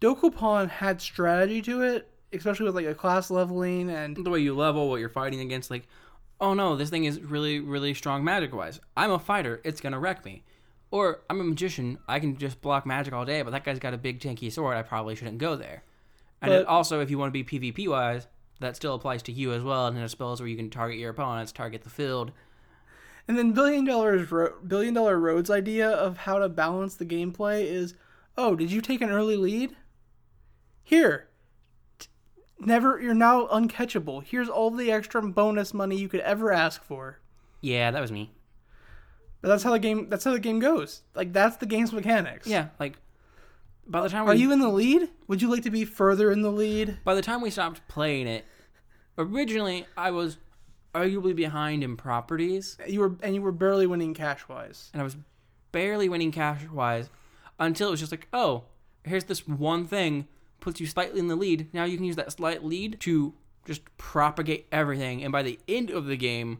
S1: Dokapon had strategy to it, especially with like a class leveling and
S2: the way you level, what you're fighting against, like, oh no, this thing is really, really strong magic wise. I'm a fighter, it's gonna wreck me. Or I'm a magician, I can just block magic all day, but that guy's got a big tanky sword, I probably shouldn't go there. And it
S1: But-
S2: also, if you want to be PvP wise, that still applies to you as well, and it spells where you can target your opponents, target the field.
S1: And then billion dollars ro- billion dollar roads idea of how to balance the gameplay is, oh, did you take an early lead? Here, T- never you're now uncatchable. Here's all the extra bonus money you could ever ask for.
S2: Yeah, that was me.
S1: But that's how the game that's how the game goes. Like that's the game's mechanics.
S2: Yeah, like, by the time
S1: Are
S2: we
S1: you in the lead? Would you like to be further in the lead?
S2: by the time we stopped playing it, originally I was arguably behind in properties.
S1: You were and you were barely winning cash wise.
S2: and I was barely winning cash wise until it was just like, oh, here's this one thing puts you slightly in the lead. Now you can use that slight lead to just propagate everything. And by the end of the game,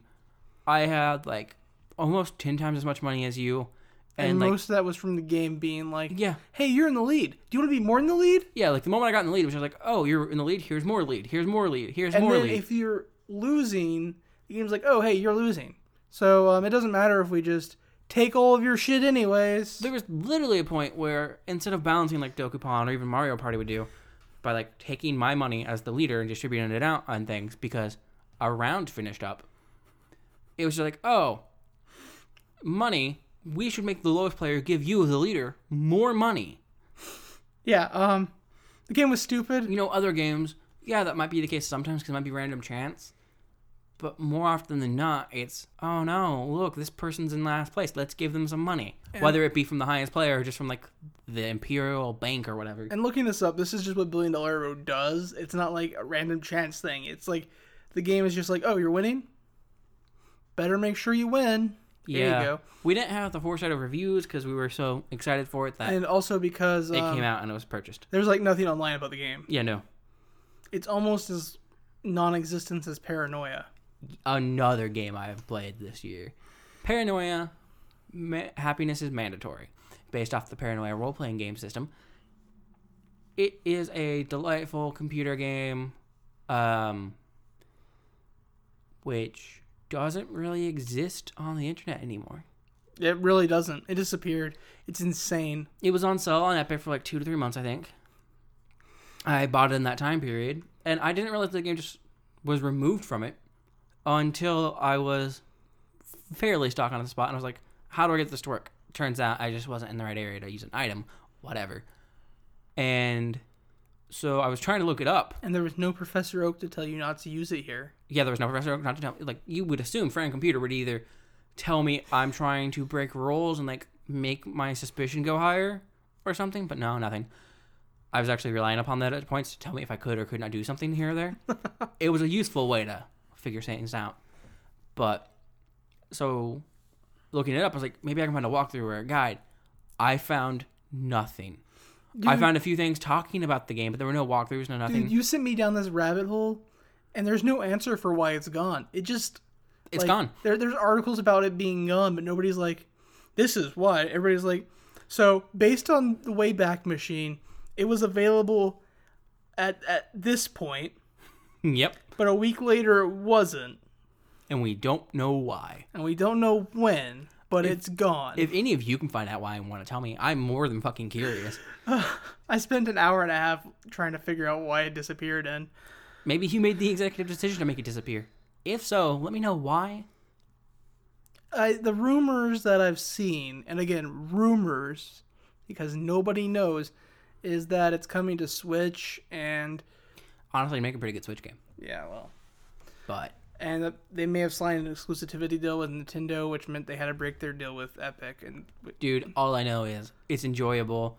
S2: I had like almost 10 times as much money as you. And,
S1: And,
S2: like,
S1: most of that was from the game being like,
S2: yeah,
S1: hey, you're in the lead. Do you want to be more in the lead?
S2: yeah, like the moment I got in the lead, it was just like, oh, you're in the lead. Here's more lead. Here's more lead. Here's
S1: And
S2: more
S1: then
S2: lead.
S1: if you're losing, the game's like, oh, hey, you're losing. So um, it doesn't matter if we just take all of your shit anyways.
S2: there was literally a point where instead of balancing like Dokupon or even Mario Party would do, by like taking my money as the leader and distributing it out on things because a round finished up, it was just like, oh, money. We should make the lowest player give you the leader more money.
S1: yeah, um, the game was stupid.
S2: You know, other games, yeah, that might be the case sometimes because it might be random chance. But more often than not, it's oh no, look, this person's in last place. Let's give them some money, whether it be from the highest player or just from like the Imperial Bank or whatever.
S1: And looking this up, this is just what Billion Dollar Road does. It's not like a random chance thing. It's like the game is just like, oh, you're winning? Better make sure you win. There you go.
S2: We didn't have the foresight of reviews because we were so excited for it that
S1: And also because
S2: Uh, it
S1: um,
S2: came out and it was purchased.
S1: there's like nothing online about the game.
S2: Yeah, no.
S1: It's almost as non existent as Paranoia.
S2: Another game I have played this year. Paranoia, ma- happiness is mandatory, based off the Paranoia role playing game system. It is a delightful computer game, um, which doesn't really exist on the internet anymore.
S1: It really doesn't. It disappeared. It's insane.
S2: It was on sale on Epic for like two to three months, I think. I bought it in that time period, and I didn't realize the game just was removed from it until I was fairly stuck on the spot, and I was like, "How do I get this to work?" Turns out I just wasn't in the right area to use an item, whatever. And so I was trying to look it up.
S1: And there was no Professor Oak to tell you not to use it here.
S2: Yeah, there was no professor not to tell. Like you would assume, friend computer would either tell me I'm trying to break rules and like make my suspicion go higher or something, but no, nothing. I was actually relying upon that at points to tell me if I could or could not do something here or there. it was a useful way to figure things out. But so looking it up, I was like, maybe I can find a walkthrough or a guide. I found nothing. I
S1: Dude.
S2: found a few things talking about the game, but there were no walkthroughs, no nothing.
S1: Dude, you sent me down this rabbit hole, and there's no answer for why it's gone. It just
S2: It's
S1: like,
S2: gone.
S1: There, there's articles about it being gone, but nobody's like, this is why. Everybody's like, so based on the Wayback Machine, it was available at at this point,
S2: yep.
S1: but a week later it wasn't,
S2: And we don't know why.
S1: and we don't know when, but it's gone.
S2: If any of you can find out why and want to tell me, I'm more than fucking curious.
S1: I spent an hour and a half trying to figure out why it disappeared, and
S2: Maybe you made the executive decision to make it disappear. If so, let me know why.
S1: I, the rumors that I've seen, and again, rumors, because nobody knows, is that it's coming to Switch, and
S2: Honestly, make a pretty good Switch game.
S1: yeah, well,
S2: But
S1: and that they may have signed an exclusivity deal with Nintendo, which meant they had to break their deal with Epic, and
S2: dude, all I know is it's enjoyable.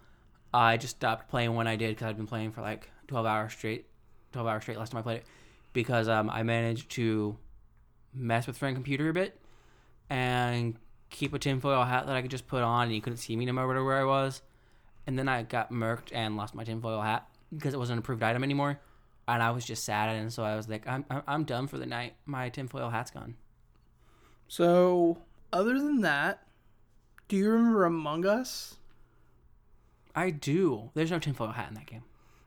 S2: I just stopped playing when I did because I'd been playing for like 12 hours straight, 12 hours straight last time I played it, because um, I managed to mess with friend computer a bit and keep a tinfoil hat that I could just put on and you couldn't see me no matter where I was. And then I got murked and lost my tinfoil hat because it wasn't an approved item anymore. And I was just sad, and so I was like, "I'm I'm, I'm done for the night. My tinfoil hat's gone."
S1: so other than that, do you remember Among Us?
S2: I do. There's no tinfoil hat in that game.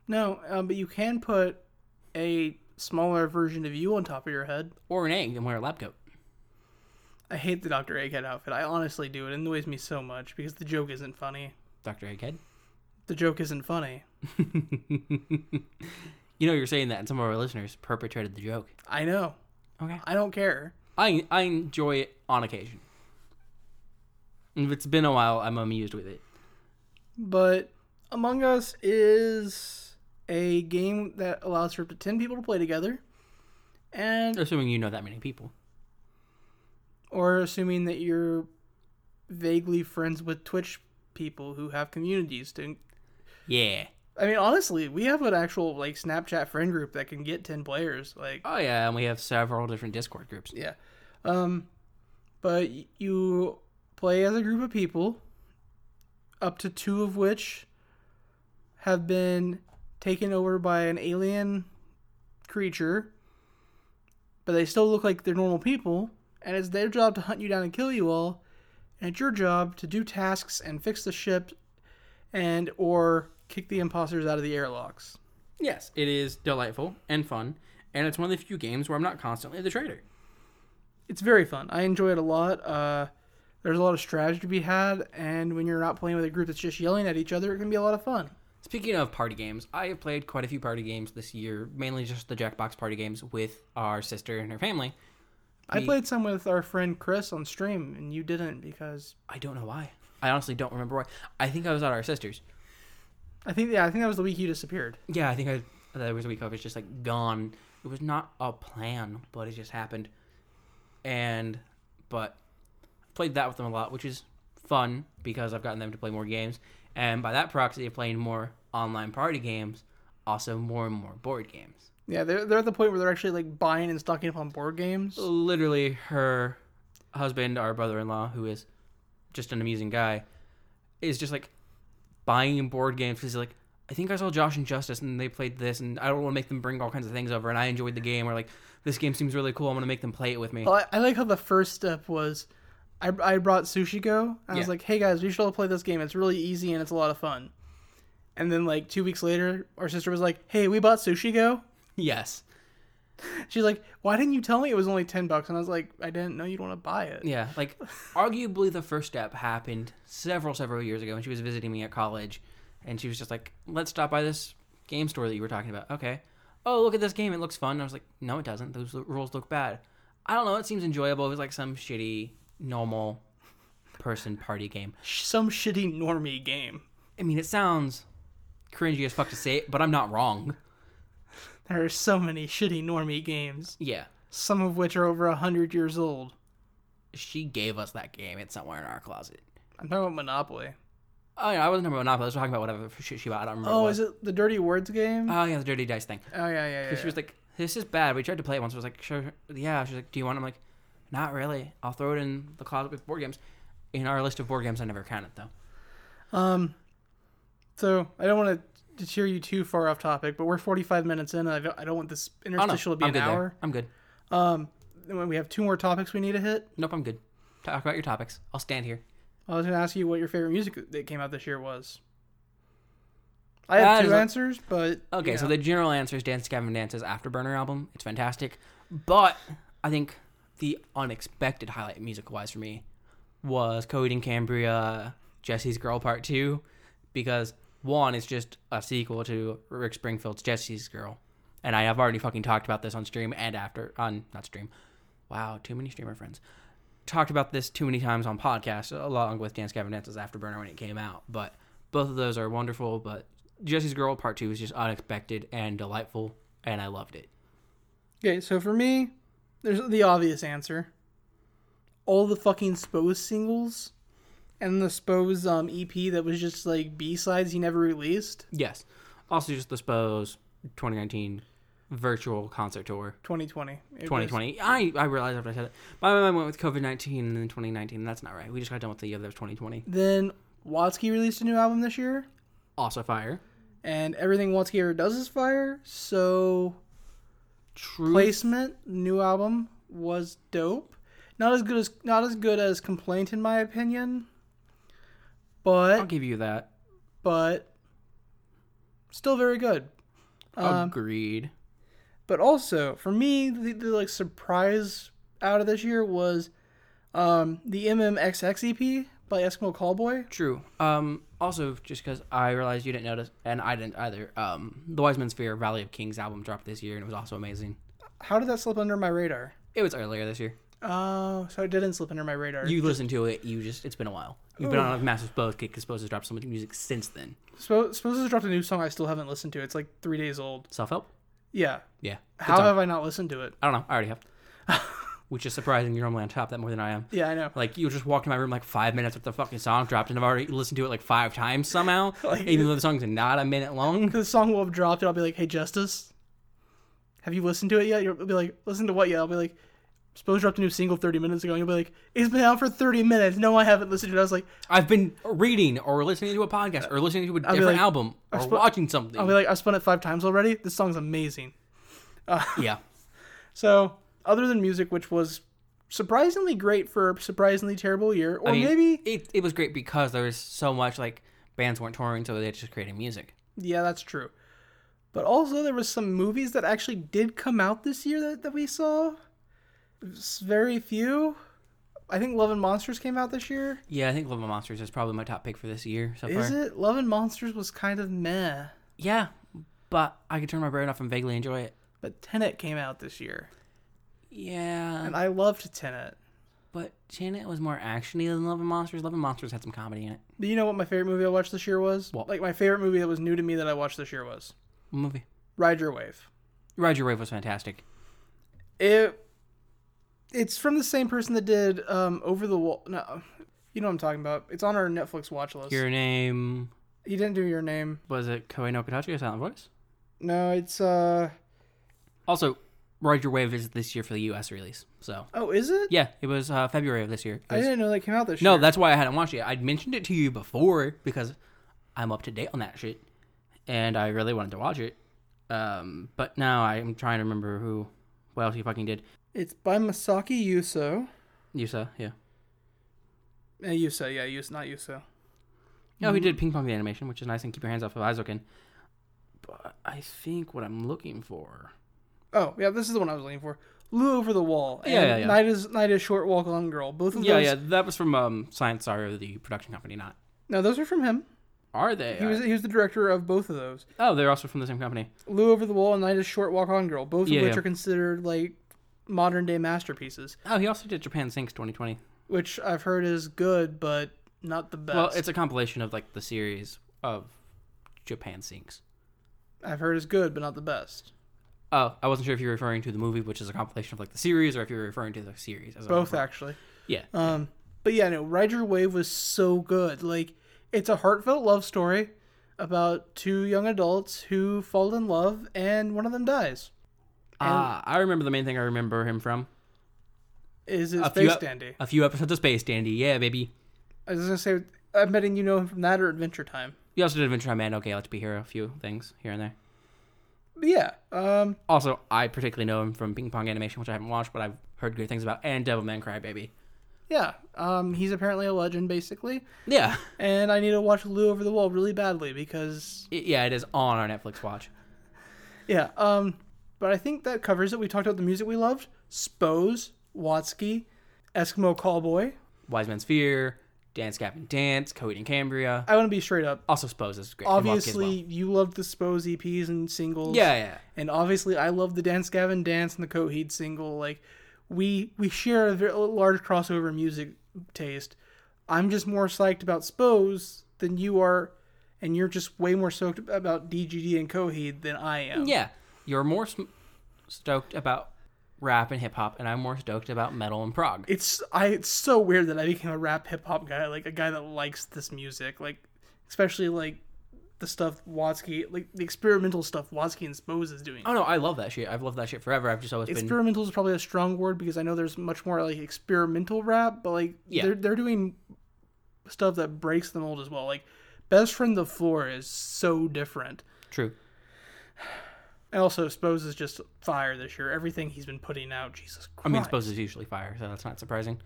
S1: No, um, but you can put a smaller version of you on top of your head.
S2: Or an egg and wear a lab coat.
S1: I hate the Dr. Egghead outfit. I honestly do. It annoys me so much because the joke isn't funny.
S2: Dr. Egghead.
S1: The joke isn't funny.
S2: You know, you're saying that, and some of our listeners perpetrated the joke.
S1: I know.
S2: Okay.
S1: I don't care.
S2: I, I enjoy it on occasion. If it's been a while, I'm amused with it.
S1: But Among Us is a game that allows for up to 10 people to play together. And,
S2: Assuming you know that many people.
S1: or assuming that you're vaguely friends with Twitch people who have communities to.
S2: Yeah.
S1: I mean, honestly, we have an actual, like, Snapchat friend group that can get 10 players. Like,
S2: Oh, yeah, and we have several different Discord groups.
S1: Yeah. Um, but y- you play as a group of people, up to two of which have been taken over by an alien creature, but they still look like they're normal people, and it's their job to hunt you down and kill you all, and it's your job to do tasks and fix the ship and or kick the imposters out of the airlocks.
S2: Yes, it is delightful and fun, and it's one of the few games where I'm not constantly the traitor.
S1: it's very fun. I enjoy it a lot. Uh, there's a lot of strategy to be had, and when you're not playing with a group that's just yelling at each other, it can be a lot of fun.
S2: Speaking of party games, I have played quite a few party games this year, mainly just the Jackbox party games with our sister and her family.
S1: I
S2: Me-
S1: played some with our friend Chris on stream, and you didn't because
S2: I don't know why. I honestly don't remember why. I think I was at our sister's.
S1: I think yeah, I think that was the week you disappeared.
S2: Yeah, I think I that was a week off. It's just like gone. It was not a plan, but it just happened. And but played that with them a lot, which is fun because I've gotten them to play more games, and by that proxy of playing more online party games, also more and more board games.
S1: Yeah, they're they're at the point where they're actually like buying and stocking up on board games.
S2: Literally, her husband, our brother-in-law, who is just an amazing guy, is just like buying board games because like I think I saw Josh and Justice and they played this and I don't want to make them bring all kinds of things over and I enjoyed the game or like this game seems really cool I'm gonna make them play it with me.
S1: Well, I, I like how the first step was. I, I brought Sushi Go. And I was
S2: Yeah.
S1: like, "Hey guys, we should all play this game. It's really easy and it's a lot of fun." And then like two weeks later, our sister was like, "Hey, we bought Sushi Go.
S2: yes,
S1: She's like, "Why didn't you tell me it was only ten bucks?" And I was like, "I didn't know you'd want to buy it."
S2: yeah. Like arguably the first step happened several several years ago when she was visiting me at college and she was just like let's stop by this game store that you were talking about. Okay. Oh look at this game it looks fun. And I was like no it doesn't those lo- rules look bad. I don't know it seems enjoyable it was like some shitty normal person party game.
S1: Sh- Some shitty normie game.
S2: I mean, it sounds cringy as fuck to say it, but I'm not wrong.
S1: There are so many shitty normie games,
S2: Yeah.
S1: some of which are over a hundred years old.
S2: She gave us that game. It's somewhere in our closet.
S1: I'm talking about Monopoly.
S2: Oh, yeah, I wasn't talking about Monopoly. I was talking about whatever shit she bought. I don't remember.
S1: Oh,
S2: what.
S1: is it the dirty words game?
S2: Oh, yeah, the dirty dice thing.
S1: oh yeah, yeah, yeah.
S2: She was like, "This is bad." We tried to play it once. I was like, "Sure, yeah." She's like, "Do you want?" it?" I'm like, "Not really. I'll throw it in the closet with board games." In our list of board games, I never counted though.
S1: Um, so I don't want to cheer you too far off topic, but we're 45 minutes in, and I don't, I don't want this
S2: Oh no,
S1: interstitial to be
S2: I'm
S1: an
S2: good there.
S1: hour.
S2: I'm good.
S1: Um, and when we have two more topics we need to hit.
S2: Nope, I'm good. Talk about your topics. I'll stand here.
S1: I was going to ask you what your favorite music that came out this year was. I
S2: That
S1: have
S2: is
S1: two
S2: a-
S1: answers, but
S2: Okay,
S1: you
S2: so
S1: know.
S2: the general answer is Dance Gavin Dance's Afterburner album. It's fantastic. But I think the unexpected highlight music wise for me was Code and Cambria, Jesse's Girl Part 2, because one is just a sequel to Rick Springfield's Jesse's Girl. And I have already fucking talked about this on stream and after, on, not stream. Wow, too many streamer friends. Talked about this too many times on podcasts, along with Dance Gavin Dance's Afterburner when it came out. But both of those are wonderful, but Jesse's Girl Part Two is just unexpected and delightful, and I loved it.
S1: okay, so for me, there's the obvious answer. All the fucking Spose singles, and the Spose um EP that was just like B sides he never released.
S2: Yes. Also, just the Spose 2019 virtual concert tour
S1: 2020. It was-
S2: 2020. I I realized after I said it, my mind went with COVID 19 and then 2019. That's not right. We just got done with the year that was 2020.
S1: Then Watsky released a new album this year,
S2: Also, fire.
S1: and everything Watsky ever does is fire. So
S2: True.
S1: placement new album was dope. Not as good as not as good as complaint in my opinion, but
S2: I'll give you that.
S1: but still very good. Um,
S2: Agreed.
S1: but also for me, the, the like surprise out of this year was um, the MMXX EP E by Eskimo Callboy.
S2: True. Um, also, just because I realized you didn't notice, and I didn't either, um, the Wiseman's Fear Valley of Kings album dropped this year, and it was also amazing.
S1: How did that slip under my radar?
S2: It was earlier this year.
S1: Oh, so it didn't slip under my radar.
S2: Uh, You listen to it. You just it's been a while. You've been on a massive Spose kick because Spose has dropped so much music since then.
S1: Suppose has dropped a new song I still haven't listened to. It's like three days old.
S2: Self help.
S1: Yeah.
S2: Yeah. Good
S1: How
S2: song.
S1: have I not listened to it?
S2: I don't know. I already have. Which is surprising. You're normally on top of that more than I am.
S1: Yeah, I know.
S2: Like you just walked in my room like five minutes after the fucking song dropped, and I've already listened to it like five times somehow, even though the song's not a minute long.
S1: The song will have dropped, and I'll be like, "Hey, Justice, have you listened to it yet?" You'll be like, "Listen to what yet?" I'll be like, "Suppose dropped a new single 30 minutes ago." And you'll be like, "It's been out for 30 minutes. No, I haven't listened to it." I was like,
S2: I've been reading or listening to a podcast or listening to a
S1: be
S2: different
S1: like-
S2: album or
S1: spo-
S2: watching something.
S1: "I'll be like, I've spun it five times already. This song's amazing."
S2: yeah.
S1: So, other than music, which was surprisingly great for a surprisingly terrible year, or
S2: I mean,
S1: maybe
S2: it it was great because there was so much like bands weren't touring, so they just created music.
S1: Yeah, that's true. But also, there was some movies that actually did come out this year that, that we saw. It's very few. I think Love and Monsters came out this year.
S2: Yeah, I think Love and Monsters is probably my top pick for this year so far.
S1: Is it? Love and Monsters was kind of meh.
S2: Yeah, but I could turn my brain off and vaguely enjoy it.
S1: But Tenet came out this year.
S2: Yeah,
S1: And I loved Tenet.
S2: but Janet was more actiony than Love and Monsters. Love and Monsters had some comedy in it.
S1: Do you know what my favorite movie I watched this year was?
S2: What?
S1: Like, my favorite movie that was new to me that I watched this year was
S2: What movie.
S1: Ride Your Wave.
S2: Roger Wave was fantastic.
S1: It. It's from the same person that did um, Over the Wall. No, you know what I'm talking about. It's on our Netflix watch list.
S2: Your name
S1: He didn't do your name.
S2: was it Koe no Katachi or Silent Voice?
S1: No, it's uh
S2: Also, Roger Wave is this year for the U.S. release. So
S1: oh, is it?
S2: yeah, it was uh, February of this year. It
S1: I
S2: was-
S1: didn't know that came out this
S2: no,
S1: year.
S2: that's why I hadn't watched it. I'd mentioned it to you before because I'm up to date on that shit, and I really wanted to watch it. Um, but now I'm trying to remember who, what else he fucking did.
S1: It's by Masaki Yuso.
S2: Yusa, yeah.
S1: Uh, Yuso, yeah, Yuso, not Yuso.
S2: No,
S1: Mm-hmm.
S2: he did Ping Pong the Animation, which is nice, and keep your hands off of Isokin. But I think what I'm looking for.
S1: Oh, yeah, this is the one I was looking for. Lou over the wall. And
S2: Yeah, yeah, yeah.
S1: Night is night is short walk on girl. Both of
S2: Yeah,
S1: those.
S2: yeah, that was from um, Science Sorrow, the production company, not.
S1: No, those are from him.
S2: Are they? Uh,
S1: He was he was the director of both of those.
S2: oh, they're also from the same company.
S1: Lou over the wall and Night is short walk on girl. Both of
S2: Yeah,
S1: which
S2: yeah.
S1: are considered like modern day masterpieces,
S2: Oh, he also did Japan Sinks 2020.
S1: which I've heard is good but not the best.
S2: Well, it's a compilation of like the series of Japan Sinks.
S1: I've heard is good but not the best.
S2: Oh, I wasn't sure if you were referring to the movie, which is a compilation of like the series, or if you were referring to the series as a
S1: Both
S2: whole.
S1: actually.
S2: Oh, Yeah,
S1: Um, but yeah, no, Ride Your Wave was so good. Like It's a heartfelt love story about two young adults who fall in love and one of them dies.
S2: Ah, I remember the main thing I remember him from.
S1: Is it
S2: A few
S1: Space
S2: ep-
S1: Dandy?
S2: A few episodes of Space Dandy. Yeah, baby.
S1: I was gonna say, I'm betting you know him from that or Adventure Time.
S2: You also did Adventure Time and OK Let's Be Hero. A few things here and there.
S1: But yeah, um,
S2: Also, I particularly know him from Ping Pong Animation, which I haven't watched, but I've heard good things about, and Devilman Crybaby.
S1: yeah, um, he's apparently a legend, basically.
S2: Yeah,
S1: And I need to watch Lou Over the Wall really badly because,
S2: It- yeah, it is on our Netflix watch.
S1: yeah. Um, but I think that covers it. We talked about the music we loved: Spose, Watsky, Eskimo Callboy.
S2: Wise Man's Fear, Dance Captain Dance, Cody and Cambria.
S1: I want to be straight up.
S2: Also, Spose is great. and Wapke as
S1: Obviously,
S2: well.
S1: you loved the Spose EPs and singles.
S2: yeah, yeah.
S1: and obviously I love the Dance Gavin Dance and the Coheed single. Like we we share a very large crossover music taste. I'm just more psyched about Spose than you are, and you're just way more stoked about DGD and Coheed than I am.
S2: Yeah, you're more sm- stoked about rap and hip hop, and I'm more stoked about metal and prog.
S1: It's I it's so weird that I became a rap hip hop guy, like a guy that likes this music, like especially like the stuff Watsky, like the experimental stuff Watsky and Spose is doing.
S2: Oh no, I love that shit. I've loved that shit forever. I've just always been.
S1: experimental is probably a strong word because I know there's much more like experimental rap, but like
S2: Yeah.
S1: they're they're doing stuff that breaks the mold as well. Like Best Friend the Floor is so different.
S2: True.
S1: And also Spose is just fire this year. Everything he's been putting out, Jesus Christ.
S2: I mean, Spose is usually fire, so that's not surprising.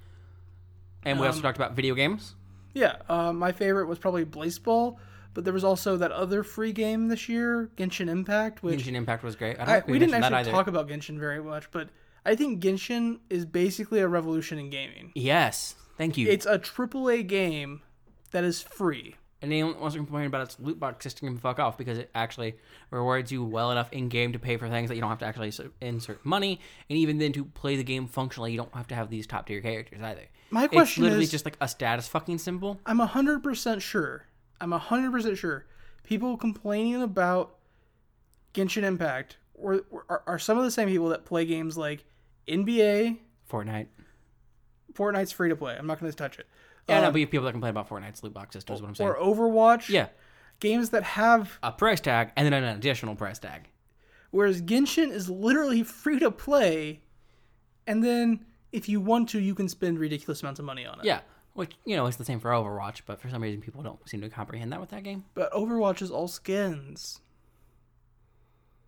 S2: And we
S1: Um,
S2: also talked about video games.
S1: Yeah, uh, my favorite was probably Blazeball, but there was also that other free game this year, Genshin Impact, which
S2: Genshin Impact was great. I don't
S1: I,
S2: think
S1: we didn't
S2: mentioned that
S1: actually
S2: either.
S1: talk about Genshin very much, but I think Genshin is basically a revolution in gaming.
S2: Yes, thank you.
S1: It's a AAA game that is free.
S2: and anyone wants to complain about its loot box system can fuck off because it actually rewards you well enough in game to pay for things that you don't have to actually s- insert money, and even then to play the game functionally, you don't have to have these top tier characters either.
S1: My
S2: it's
S1: question
S2: literally
S1: is,
S2: just like a status fucking symbol.
S1: I'm 100% sure, I'm 100% sure people complaining about Genshin Impact were, were- are, are some of the same people that play games like NBA,
S2: Fortnite.
S1: Fortnite's free to play. I'm not going to touch it.
S2: Yeah, no,
S1: Um,
S2: but you have people that complain about Fortnite's loot box system is what I'm saying.
S1: or Overwatch.
S2: yeah,
S1: Games that have,
S2: a price tag and then an additional price tag.
S1: whereas Genshin is literally free to play, and then if you want to, you can spend ridiculous amounts of money on it.
S2: Yeah, which you know is the same for Overwatch, but for some reason people don't seem to comprehend that with that game.
S1: But Overwatch is all skins.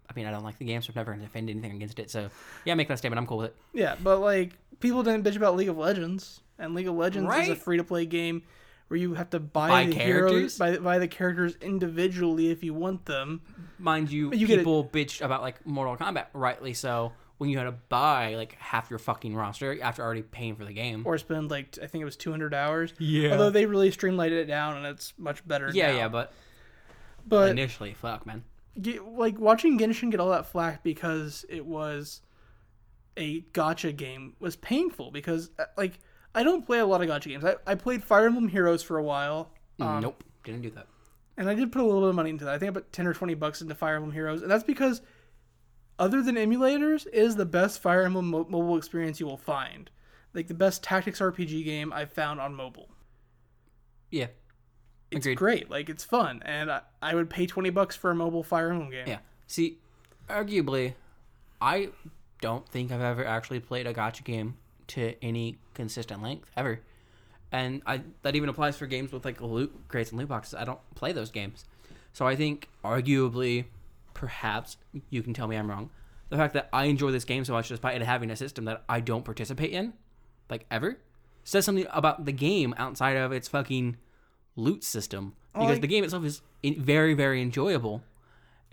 S2: I mean, I don't like the game, so I've never defended anything against it. So yeah, make that statement. I'm cool with it.
S1: Yeah, but like people didn't bitch about League of Legends, and League of Legends is a
S2: Right.
S1: free to play game where you have to buy,
S2: Buy
S1: the
S2: characters?
S1: heroes, buy, buy the characters individually if you want them.
S2: mind you,
S1: you get it.
S2: people bitched about like Mortal Kombat, rightly so, when you had to buy like half your fucking roster after already paying for the game.
S1: or spend like I think it was 200 hours.
S2: Yeah.
S1: Although they really streamlined it down and it's much better.
S2: yeah,
S1: now.
S2: yeah, but
S1: But
S2: initially, fuck, man.
S1: ge- like watching Genshin get all that flack because it was a gotcha game was painful because uh, like I don't play a lot of gotcha games. I, I played Fire Emblem Heroes for a while.
S2: nope, didn't do that.
S1: and I did put a little bit of money into that. I think I put ten or twenty bucks into Fire Emblem Heroes, and that's because, other than emulators, it is the best Fire Emblem mo- mobile experience you will find. Like the best tactics RPG game I've found on mobile.
S2: Yeah,
S1: It's
S2: Agreed.
S1: great. Like it's fun, and I, I would pay twenty bucks for a mobile Fire Emblem game.
S2: yeah. See, arguably, I don't think I've ever actually played a gotcha game to any consistent length ever. And I, that even applies for games with like loot crates and loot boxes. I don't play those games. So I think, arguably, perhaps you can tell me I'm wrong. The fact that I enjoy this game so much despite it having a system that I don't participate in, like ever, says something about the game outside of its fucking loot system. Because
S1: like-
S2: the game itself is in- very, very enjoyable.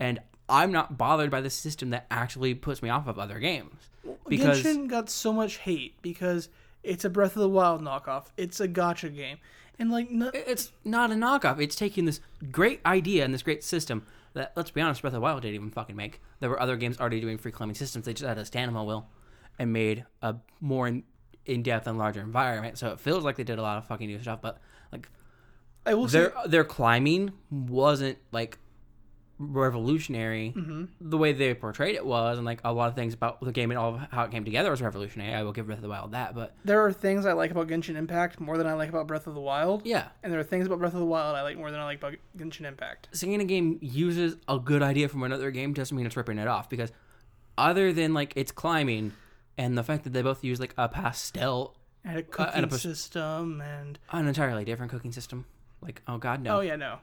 S2: And I'm not bothered by the system that actually puts me off of other games. Because
S1: Genshin got so much hate because it's a Breath of the Wild knockoff. It's a gotcha game, and like no,
S2: it's not a knockoff. It's taking this great idea and this great system that, let's be honest, Breath of the Wild didn't even fucking make. There were other games already doing free climbing systems. They just had a standalone will and made a more in, in depth and larger environment. So it feels like they did a lot of fucking new stuff. But like
S1: I will say
S2: their their climbing wasn't like revolutionary
S1: Mm-hmm.
S2: the way they portrayed it was and like a lot of things about the game and all of how it came together was revolutionary i will give breath of the wild that but
S1: There are things I like about Genshin Impact more than I like about Breath of the Wild.
S2: yeah
S1: And there are things about Breath of the Wild I like more than I like about Genshin Impact.
S2: saying a game uses a good idea from another game doesn't mean it's ripping it off because other than like it's climbing and the fact that they both use like a pastel
S1: And a
S2: Uh,
S1: cooking
S2: and a pers-
S1: system and
S2: an entirely different cooking system like oh god no
S1: oh yeah no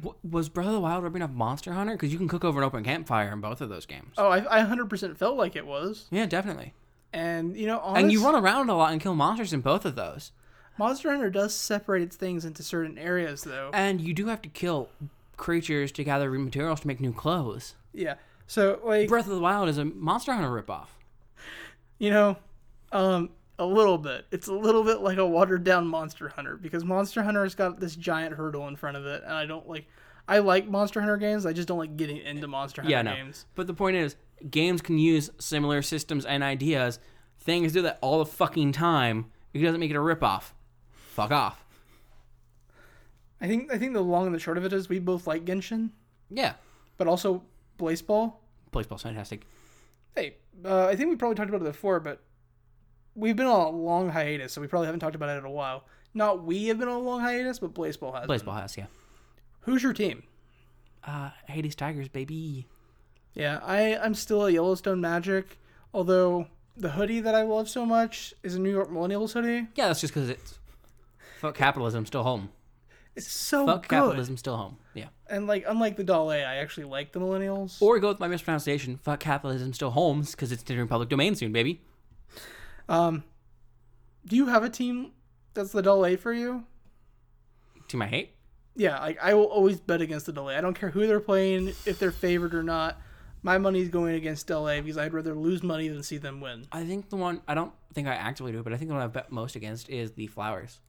S2: W- was Breath of the Wild ripping off Monster Hunter? Because you can cook over an open campfire in both of those games.
S1: oh I I hundred percent felt like it was
S2: Yeah, definitely.
S1: and you know honest,
S2: And you run around a lot and kill monsters in both of those.
S1: Monster Hunter does separate its things into certain areas though
S2: And you do have to kill creatures to gather materials to make new clothes.
S1: yeah so like
S2: Breath of the Wild is a Monster Hunter ripoff.
S1: you know um a little bit it's a little bit like a watered down Monster Hunter because Monster Hunter has got this giant hurdle in front of it and I don't like I like Monster Hunter games I just don't like getting into Monster Hunter
S2: Yeah, no.
S1: games
S2: But the point is, games can use similar systems and ideas. Things do that all the fucking time. It doesn't make it a ripoff. Fuck off.
S1: I think I think the long and the short of it is we both like Genshin
S2: Yeah.
S1: but also Blazeball
S2: Baseball's fantastic.
S1: Hey, uh, I think we probably talked about it before, but we've been on a long hiatus, so we probably haven't talked about it in a while. Not we have been on a long hiatus, but Blazeball has. been.
S2: Baseball has, yeah.
S1: Who's your team?
S2: Uh, Hades Tigers, baby.
S1: Yeah, I, I'm still a Yellowstone Magic, although the hoodie that I love so much is a New York Millennials hoodie.
S2: Yeah, that's just because it's fuck capitalism, still home.
S1: It's so
S2: Fuck
S1: good.
S2: capitalism, still home. Yeah.
S1: And like, unlike the Doll A, I actually like the Millennials.
S2: Or go with my mispronunciation. Fuck capitalism, still homes, because it's entering public domain soon, baby.
S1: um, do you have a team that's the Doll A for you?
S2: To my hate.
S1: yeah, like I will always bet against the delay. I don't care who they're playing, if they're favored or not. My money's going against LA because I'd rather lose money than see them win.
S2: I think the one I don't think I actively do, but I think the one I bet most against is the flowers,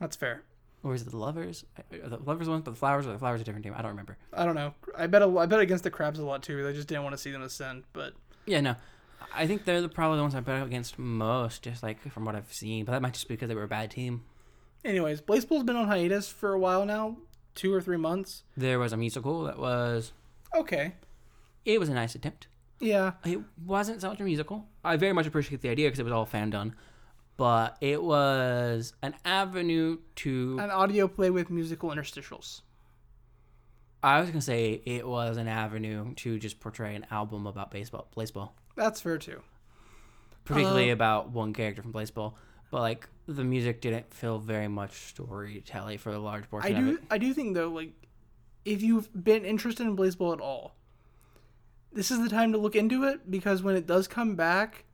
S1: That's fair.
S2: or is it the lovers? Are the lovers ones, but the flowers or the flowers are a different team. I don't remember.
S1: I don't know. I bet a, I bet against the crabs a lot too because I just didn't want to see them ascend. But
S2: Yeah, no. I think they're the, probably the ones I bet against most, just like from what I've seen. But that might just be because they were a bad team.
S1: anyways, Blazeball's been on hiatus for a while now, two or three months.
S2: There was a musical that was.
S1: Okay.
S2: It was a nice attempt.
S1: Yeah.
S2: It wasn't so much a musical. I very much appreciate the idea because it was all fan done, but it was an avenue to.
S1: An audio play with musical interstitials.
S2: I was gonna say it was an avenue to just portray an album about baseball, baseball,
S1: That's fair too.
S2: particularly
S1: Uh-huh.
S2: about one character from baseball. But like the music didn't feel very much storytelling for the large
S1: I
S2: portion of
S1: do
S2: it.
S1: I do think though, like if you've been interested in Blazeball at all, this is the time to look into it because when it does come back,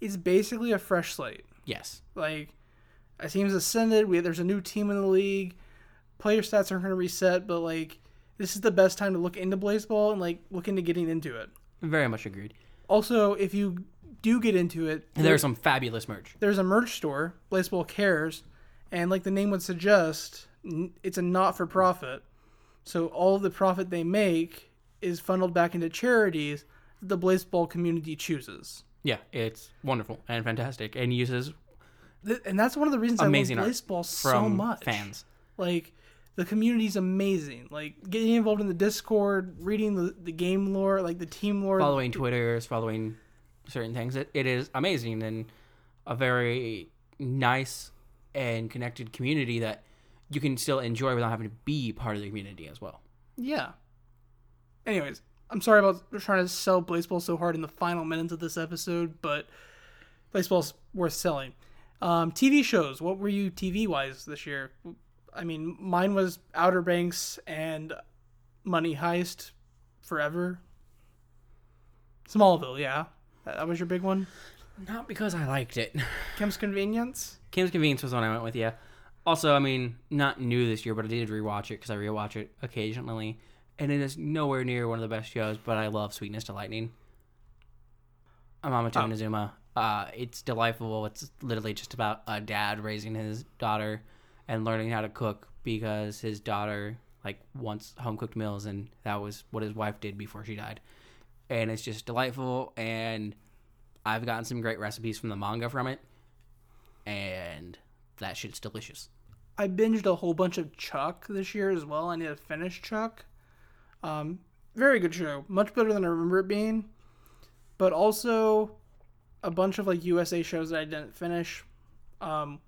S1: it's basically a fresh slate.
S2: Yes,
S1: Like a team's ascended, we there's a new team in the league, player stats aren't gonna reset, but like this is the best time to look into Blazeball and like look into getting into it.
S2: very much agreed.
S1: Also, if you do get into it,
S2: And there was some fabulous merch.
S1: there's a merch store, Blazeball Cares, and like the name would suggest, n- it's a not for profit. So all of the profit they make is funneled back into charities that the Blazeball community chooses.
S2: Yeah, it's wonderful and fantastic, and uses
S1: Th- And that's one of the reasons
S2: Amazing
S1: I
S2: art
S1: love Blazeball
S2: from
S1: so much.
S2: fans.
S1: Like the community's amazing. Like getting involved in the Discord, reading the, the game lore, like the team lore.
S2: following Twitters, following certain things. It, it is amazing and a very nice and connected community that you can still enjoy without having to be part of the community as well.
S1: Yeah. Anyways, I'm sorry about trying to sell baseball so hard in the final minutes of this episode, but baseball's worth selling. Um, TV shows. What were you TV wise this year? I mean, mine was Outer Banks and Money Heist forever. Smallville, yeah. That that was your big one.
S2: Not because I liked it.
S1: Kim's Convenience.
S2: Kim's Convenience was the one I went with, yeah. Also, I mean, not new this year, but I did rewatch it because I rewatch it occasionally. And it is nowhere near one of the best shows, but I love Sweetness to Lightning. I'm Amato Inazuma. Uh, it's delightful. It's literally just about a dad raising his daughter and learning how to cook because his daughter like wants home cooked meals, and that was what his wife did before she died. And it's just delightful. And I've gotten some great recipes from the manga from it, and that shit's delicious.
S1: I binged a whole bunch of Chuck this year as well. I need to finish Chuck. Um, very good show, much better than I remember it being. But also, a bunch of like USA shows that I didn't finish. Um,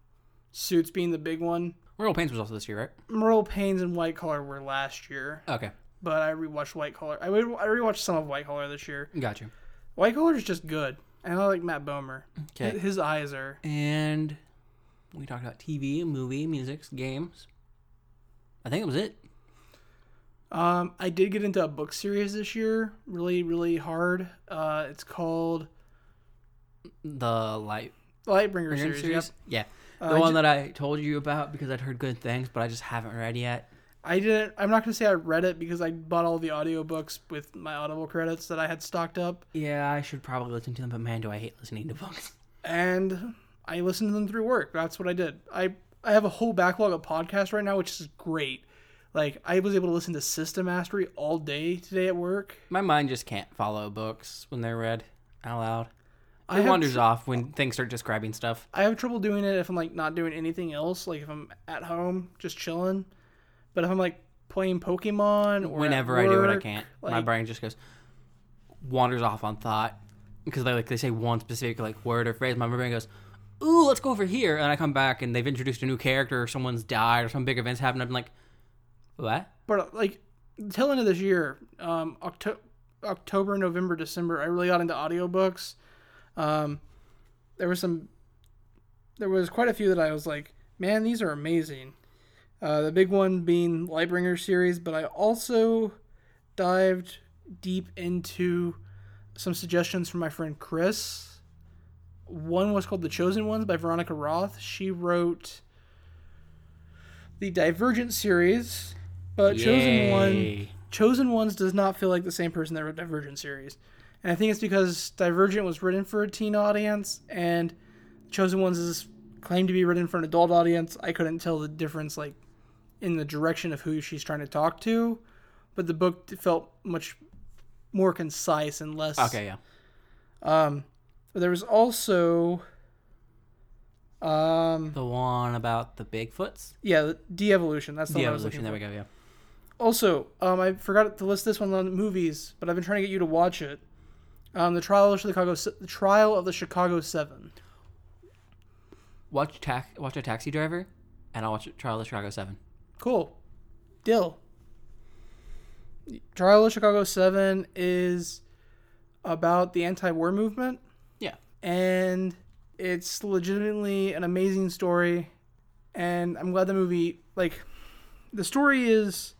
S1: Suits being the big one.
S2: Royal Pains was also this year, right?
S1: Merle Pains and White Collar were last year,
S2: Okay,
S1: but I rewatched White Collar. I would I rewatched some of White Collar this year.
S2: got you.
S1: White Collar is just good, and I like Matt Bomer.
S2: Okay.
S1: his eyes are
S2: And we talked about TV, movie, music, games. I think it was it.
S1: Um, I did get into a book series this year, really, really hard. Uh, it's called
S2: The light
S1: Lightbringer
S2: Iron
S1: series.
S2: series.
S1: yep.
S2: Yeah,
S1: Uh,
S2: the
S1: I
S2: one
S1: ju-
S2: that I told you about because I'd heard good things, but I just haven't read yet.
S1: I didn't. I'm not gonna say I read it because I bought all the audiobooks with my Audible credits that I had stocked up,
S2: Yeah, I should probably listen to them, but man, do I hate listening to books.
S1: and I listened to them through work. That's what I did. I I have a whole backlog of podcasts right now, which is great. Like I was able to listen to System Mastery all day today at work.
S2: My mind just can't follow books when they're read out loud.
S1: I
S2: It
S1: have
S2: wanders off when things start describing stuff.
S1: I have trouble doing it if I'm like not doing anything else, like if I'm at home just chilling. But if I'm like playing Pokemon or at
S2: Whenever I do it, I
S1: work,
S2: can't. My
S1: like-
S2: brain just goes wanders off on thought because they like they say one specific like word or phrase. My brain goes, "Ooh, let's go over here," and I come back and they've introduced a new character or someone's died or some big events happened. I'm like, "What?"
S1: But like till end of this year, um, Octo- October, November, December, I really got into audiobooks. Um, there was some, there was quite a few that I was like, man, these are amazing. Uh, the big one being Lightbringer series, but I also dived deep into some suggestions from my friend Chris. One was called The Chosen Ones by Veronica Roth. She wrote the Divergent series, but Chosen One
S2: Yay.
S1: Chosen Ones does not feel like the same person that wrote Divergent series. And I think it's because Divergent was written for a teen audience and Chosen Ones is claimed to be written for an adult audience. I couldn't tell the difference like in the direction of who she's trying to talk to, but the book felt much more concise and less
S2: Okay, yeah.
S1: But there was also um
S2: The one about the Bigfoots,
S1: yeah, de-evolution. That's the
S2: the
S1: one I was looking
S2: evolution.
S1: for.
S2: There we go. Yeah.
S1: Also, um, I forgot to list this one on movies, but I've been trying to get you to watch it. Um, the trial of Chicago, Se- the trial of the Chicago Seven.
S2: Watch ta- watch a taxi driver, and I'll watch Trial of the Chicago Seven.
S1: Cool, deal. Trial of Chicago Seven is about the anti-war movement,
S2: Yeah.
S1: and it's legitimately an amazing story. And I'm glad the movie, like, the story is,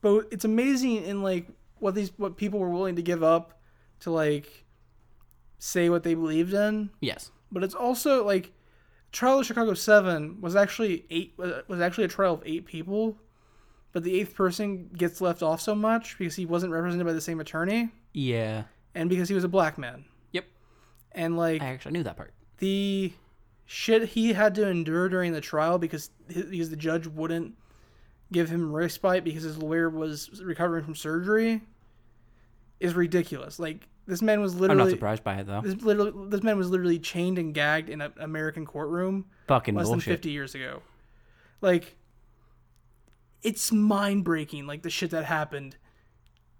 S1: both. It's amazing in like what these what people were willing to give up to like say what they believed in,
S2: Yes.
S1: but it's also like trial of chicago 7 was actually eight was actually a trial of eight people but the eighth person gets left off so much because he wasn't represented by the same attorney
S2: Yeah.
S1: and because he was a black man
S2: Yep.
S1: and like
S2: I actually knew that part.
S1: the shit he had to endure during the trial because hi- because the judge wouldn't give him respite because his lawyer was recovering from surgery is ridiculous like this man was
S2: I'm not
S1: literally
S2: surprised by it though.
S1: this, literally, this man was literally chained and gagged in an American courtroom
S2: Fucking
S1: less than
S2: bullshit.
S1: 50 years ago. Like, it's mind breaking, like the shit that happened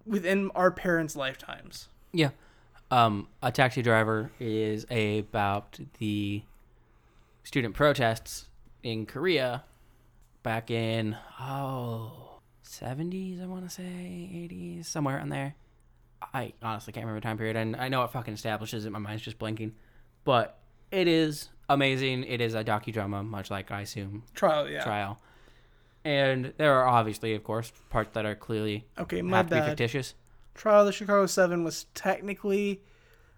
S1: within our parents' lifetimes.
S2: Yeah. Um, a taxi driver is about the student protests in Korea back in oh 70s I want to say 80s somewhere in there. I honestly can't remember the time period and I know it fucking establishes it my mind's just blinking. But it is amazing. It is a docudrama much like I assume
S1: Trial, yeah.
S2: trial. And there are obviously of course parts that are clearly
S1: Okay, Uh, my
S2: have to be
S1: bad.
S2: fictitious.
S1: Trial of the Chicago Seven was technically,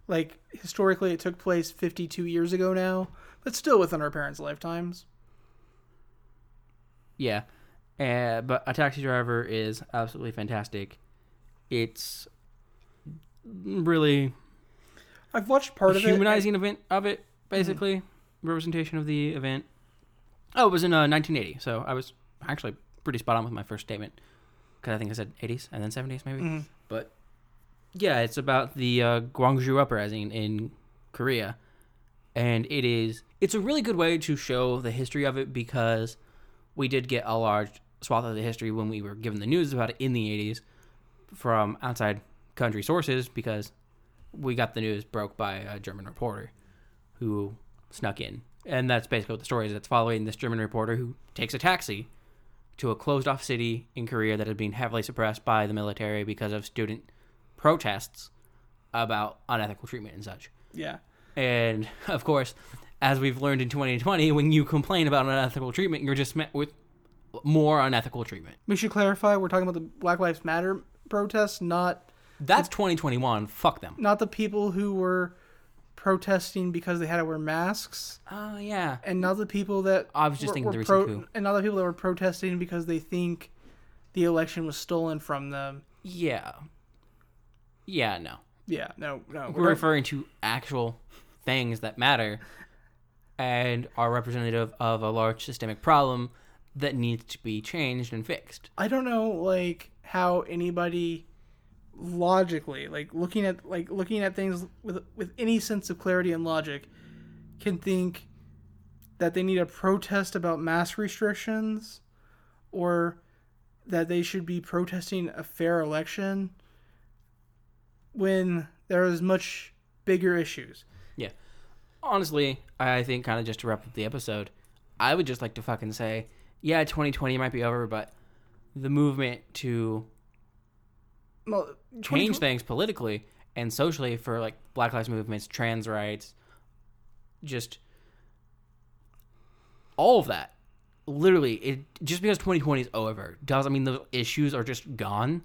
S1: like, historically, it took place 52 years ago now, but still within our parents' lifetimes.
S2: Yeah. Uh, but A Taxi Driver is absolutely fantastic. It's really
S1: I've watched part
S2: a
S1: of it.
S2: humanizing event of it, basically. Representation of the event. Oh, it was in uh, 1980, so I was actually pretty spot on with my first statement. Because I think I said 80s and then 70s, maybe.
S1: Mhm.
S2: But yeah, it's about the uh, Gwangju uprising in Korea, and it is it's a really good way to show the history of it because we did get a large swath of the history when we were given the news about it in the 80s, from outside country sources because we got the news broke by a German reporter who snuck in. And that's basically what the story is. It's following this German reporter who takes a taxi to a closed off city in Korea that is being heavily suppressed by the military because of student protests about unethical treatment and such.
S1: Yeah.
S2: And of course, as we've learned in 2020, when you complain about unethical treatment, you're just met with more unethical treatment.
S1: We should clarify we're talking about the Black Lives Matter protests, not
S2: That's 2021. Fuck them.
S1: not the people who were protesting because they had to wear masks,
S2: Oh, yeah.
S1: and not the people that
S2: I was just thinking the
S1: pro-
S2: recent coup.
S1: and not the people that were protesting because they think the election was stolen from them.
S2: Yeah. Yeah, no.
S1: Yeah, no, no.
S2: We're referring to actual things that matter and are representative of a large systemic problem that needs to be changed and fixed.
S1: I don't know like how anybody logically like looking at like looking at things with with any sense of clarity and logic can think that they need a protest about mask restrictions or that they should be protesting a fair election when there is much bigger issues.
S2: Yeah. Honestly, I think kind of just to wrap up the episode, I would just like to fucking say, yeah, 2020 might be over, but the movement to
S1: Well,
S2: change things politically and socially for like Black Lives movements, trans rights, just all of that. Literally, it just because 2020 is over does I mean those issues are just gone.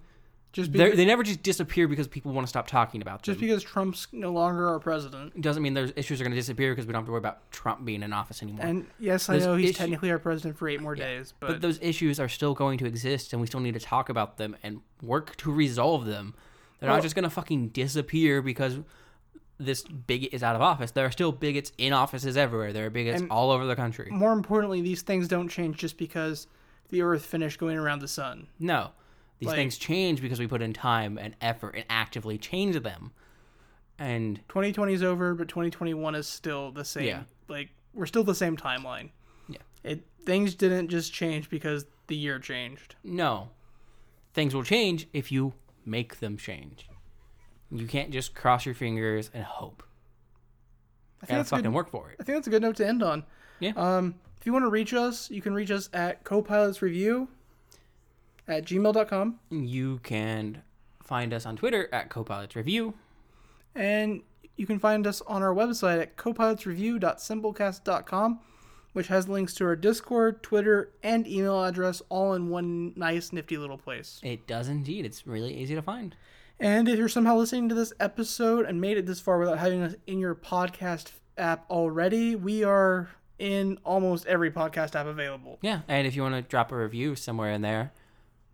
S1: just
S2: They're,
S1: because,
S2: they never just disappear because people want to stop talking about them.
S1: just because Trump's no longer our president.
S2: doesn't mean those issues are going to disappear because we don't have to worry about Trump being in office anymore.
S1: And yes, I
S2: There's
S1: know he's
S2: issue-
S1: technically our president for 8 more days, but,
S2: but those issues are still going to exist and we still need to talk about them and work to resolve them they're
S1: Well-
S2: not just going to fucking disappear because this bigot is out of office there are still bigots in offices everywhere there are bigots all over the country
S1: more importantly, these things don't change just because the Earth finished going around the sun.
S2: no these
S1: Like-
S2: things change because we put in time and effort and actively change them and
S1: 2020 is over, but 2021 is still the same.
S2: Yeah.
S1: Like we're still the same timeline.
S2: Yeah.
S1: It things didn't just change because the year changed.
S2: no things will change if you make them change you can't just cross your fingers and hope
S1: I think
S2: gotta
S1: that's a
S2: fucking
S1: good.
S2: work for it
S1: I think that's a good note to end on.
S2: Yeah.
S1: Um, if you want to reach us, you can reach us at copilotsreview at gmail.com.
S2: You can find us on Twitter at Copilots Review.
S1: And you can find us on our website at copilotsreview.simplecast.com, which has links to our Discord, Twitter, and email address all in one nice, nifty little place.
S2: It does indeed. It's really easy to find.
S1: And if you're somehow listening to this episode and made it this far without having us in your podcast app already, we are in almost every podcast app available.
S2: Yeah, and if you want to drop a review somewhere in there,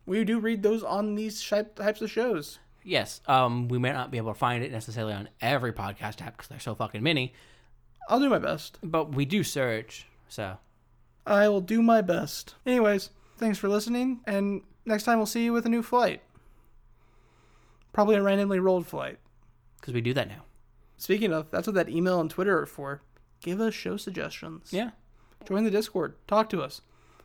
S1: We do read those on these shi- types of shows.
S2: yes, um, we may not be able to find it necessarily on every podcast app because there's so fucking many,
S1: I'll do my best.
S2: but we do search. So
S1: I will do my best. Anyways, thanks for listening, and next time we'll see you with a new flight. Probably a randomly rolled flight.
S2: because we do that now.
S1: Speaking of, that's what that email and Twitter are for. Give us show suggestions.
S2: Yeah,
S1: Join the Discord. Talk to us.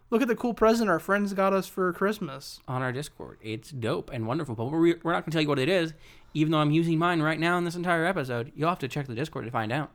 S1: Look at the cool present our friends got us for Christmas.
S2: on our Discord, it's dope and wonderful, but we're we're not gonna tell you what it is, even though I'm using mine right now in this entire episode. You'll have to check the Discord to find out.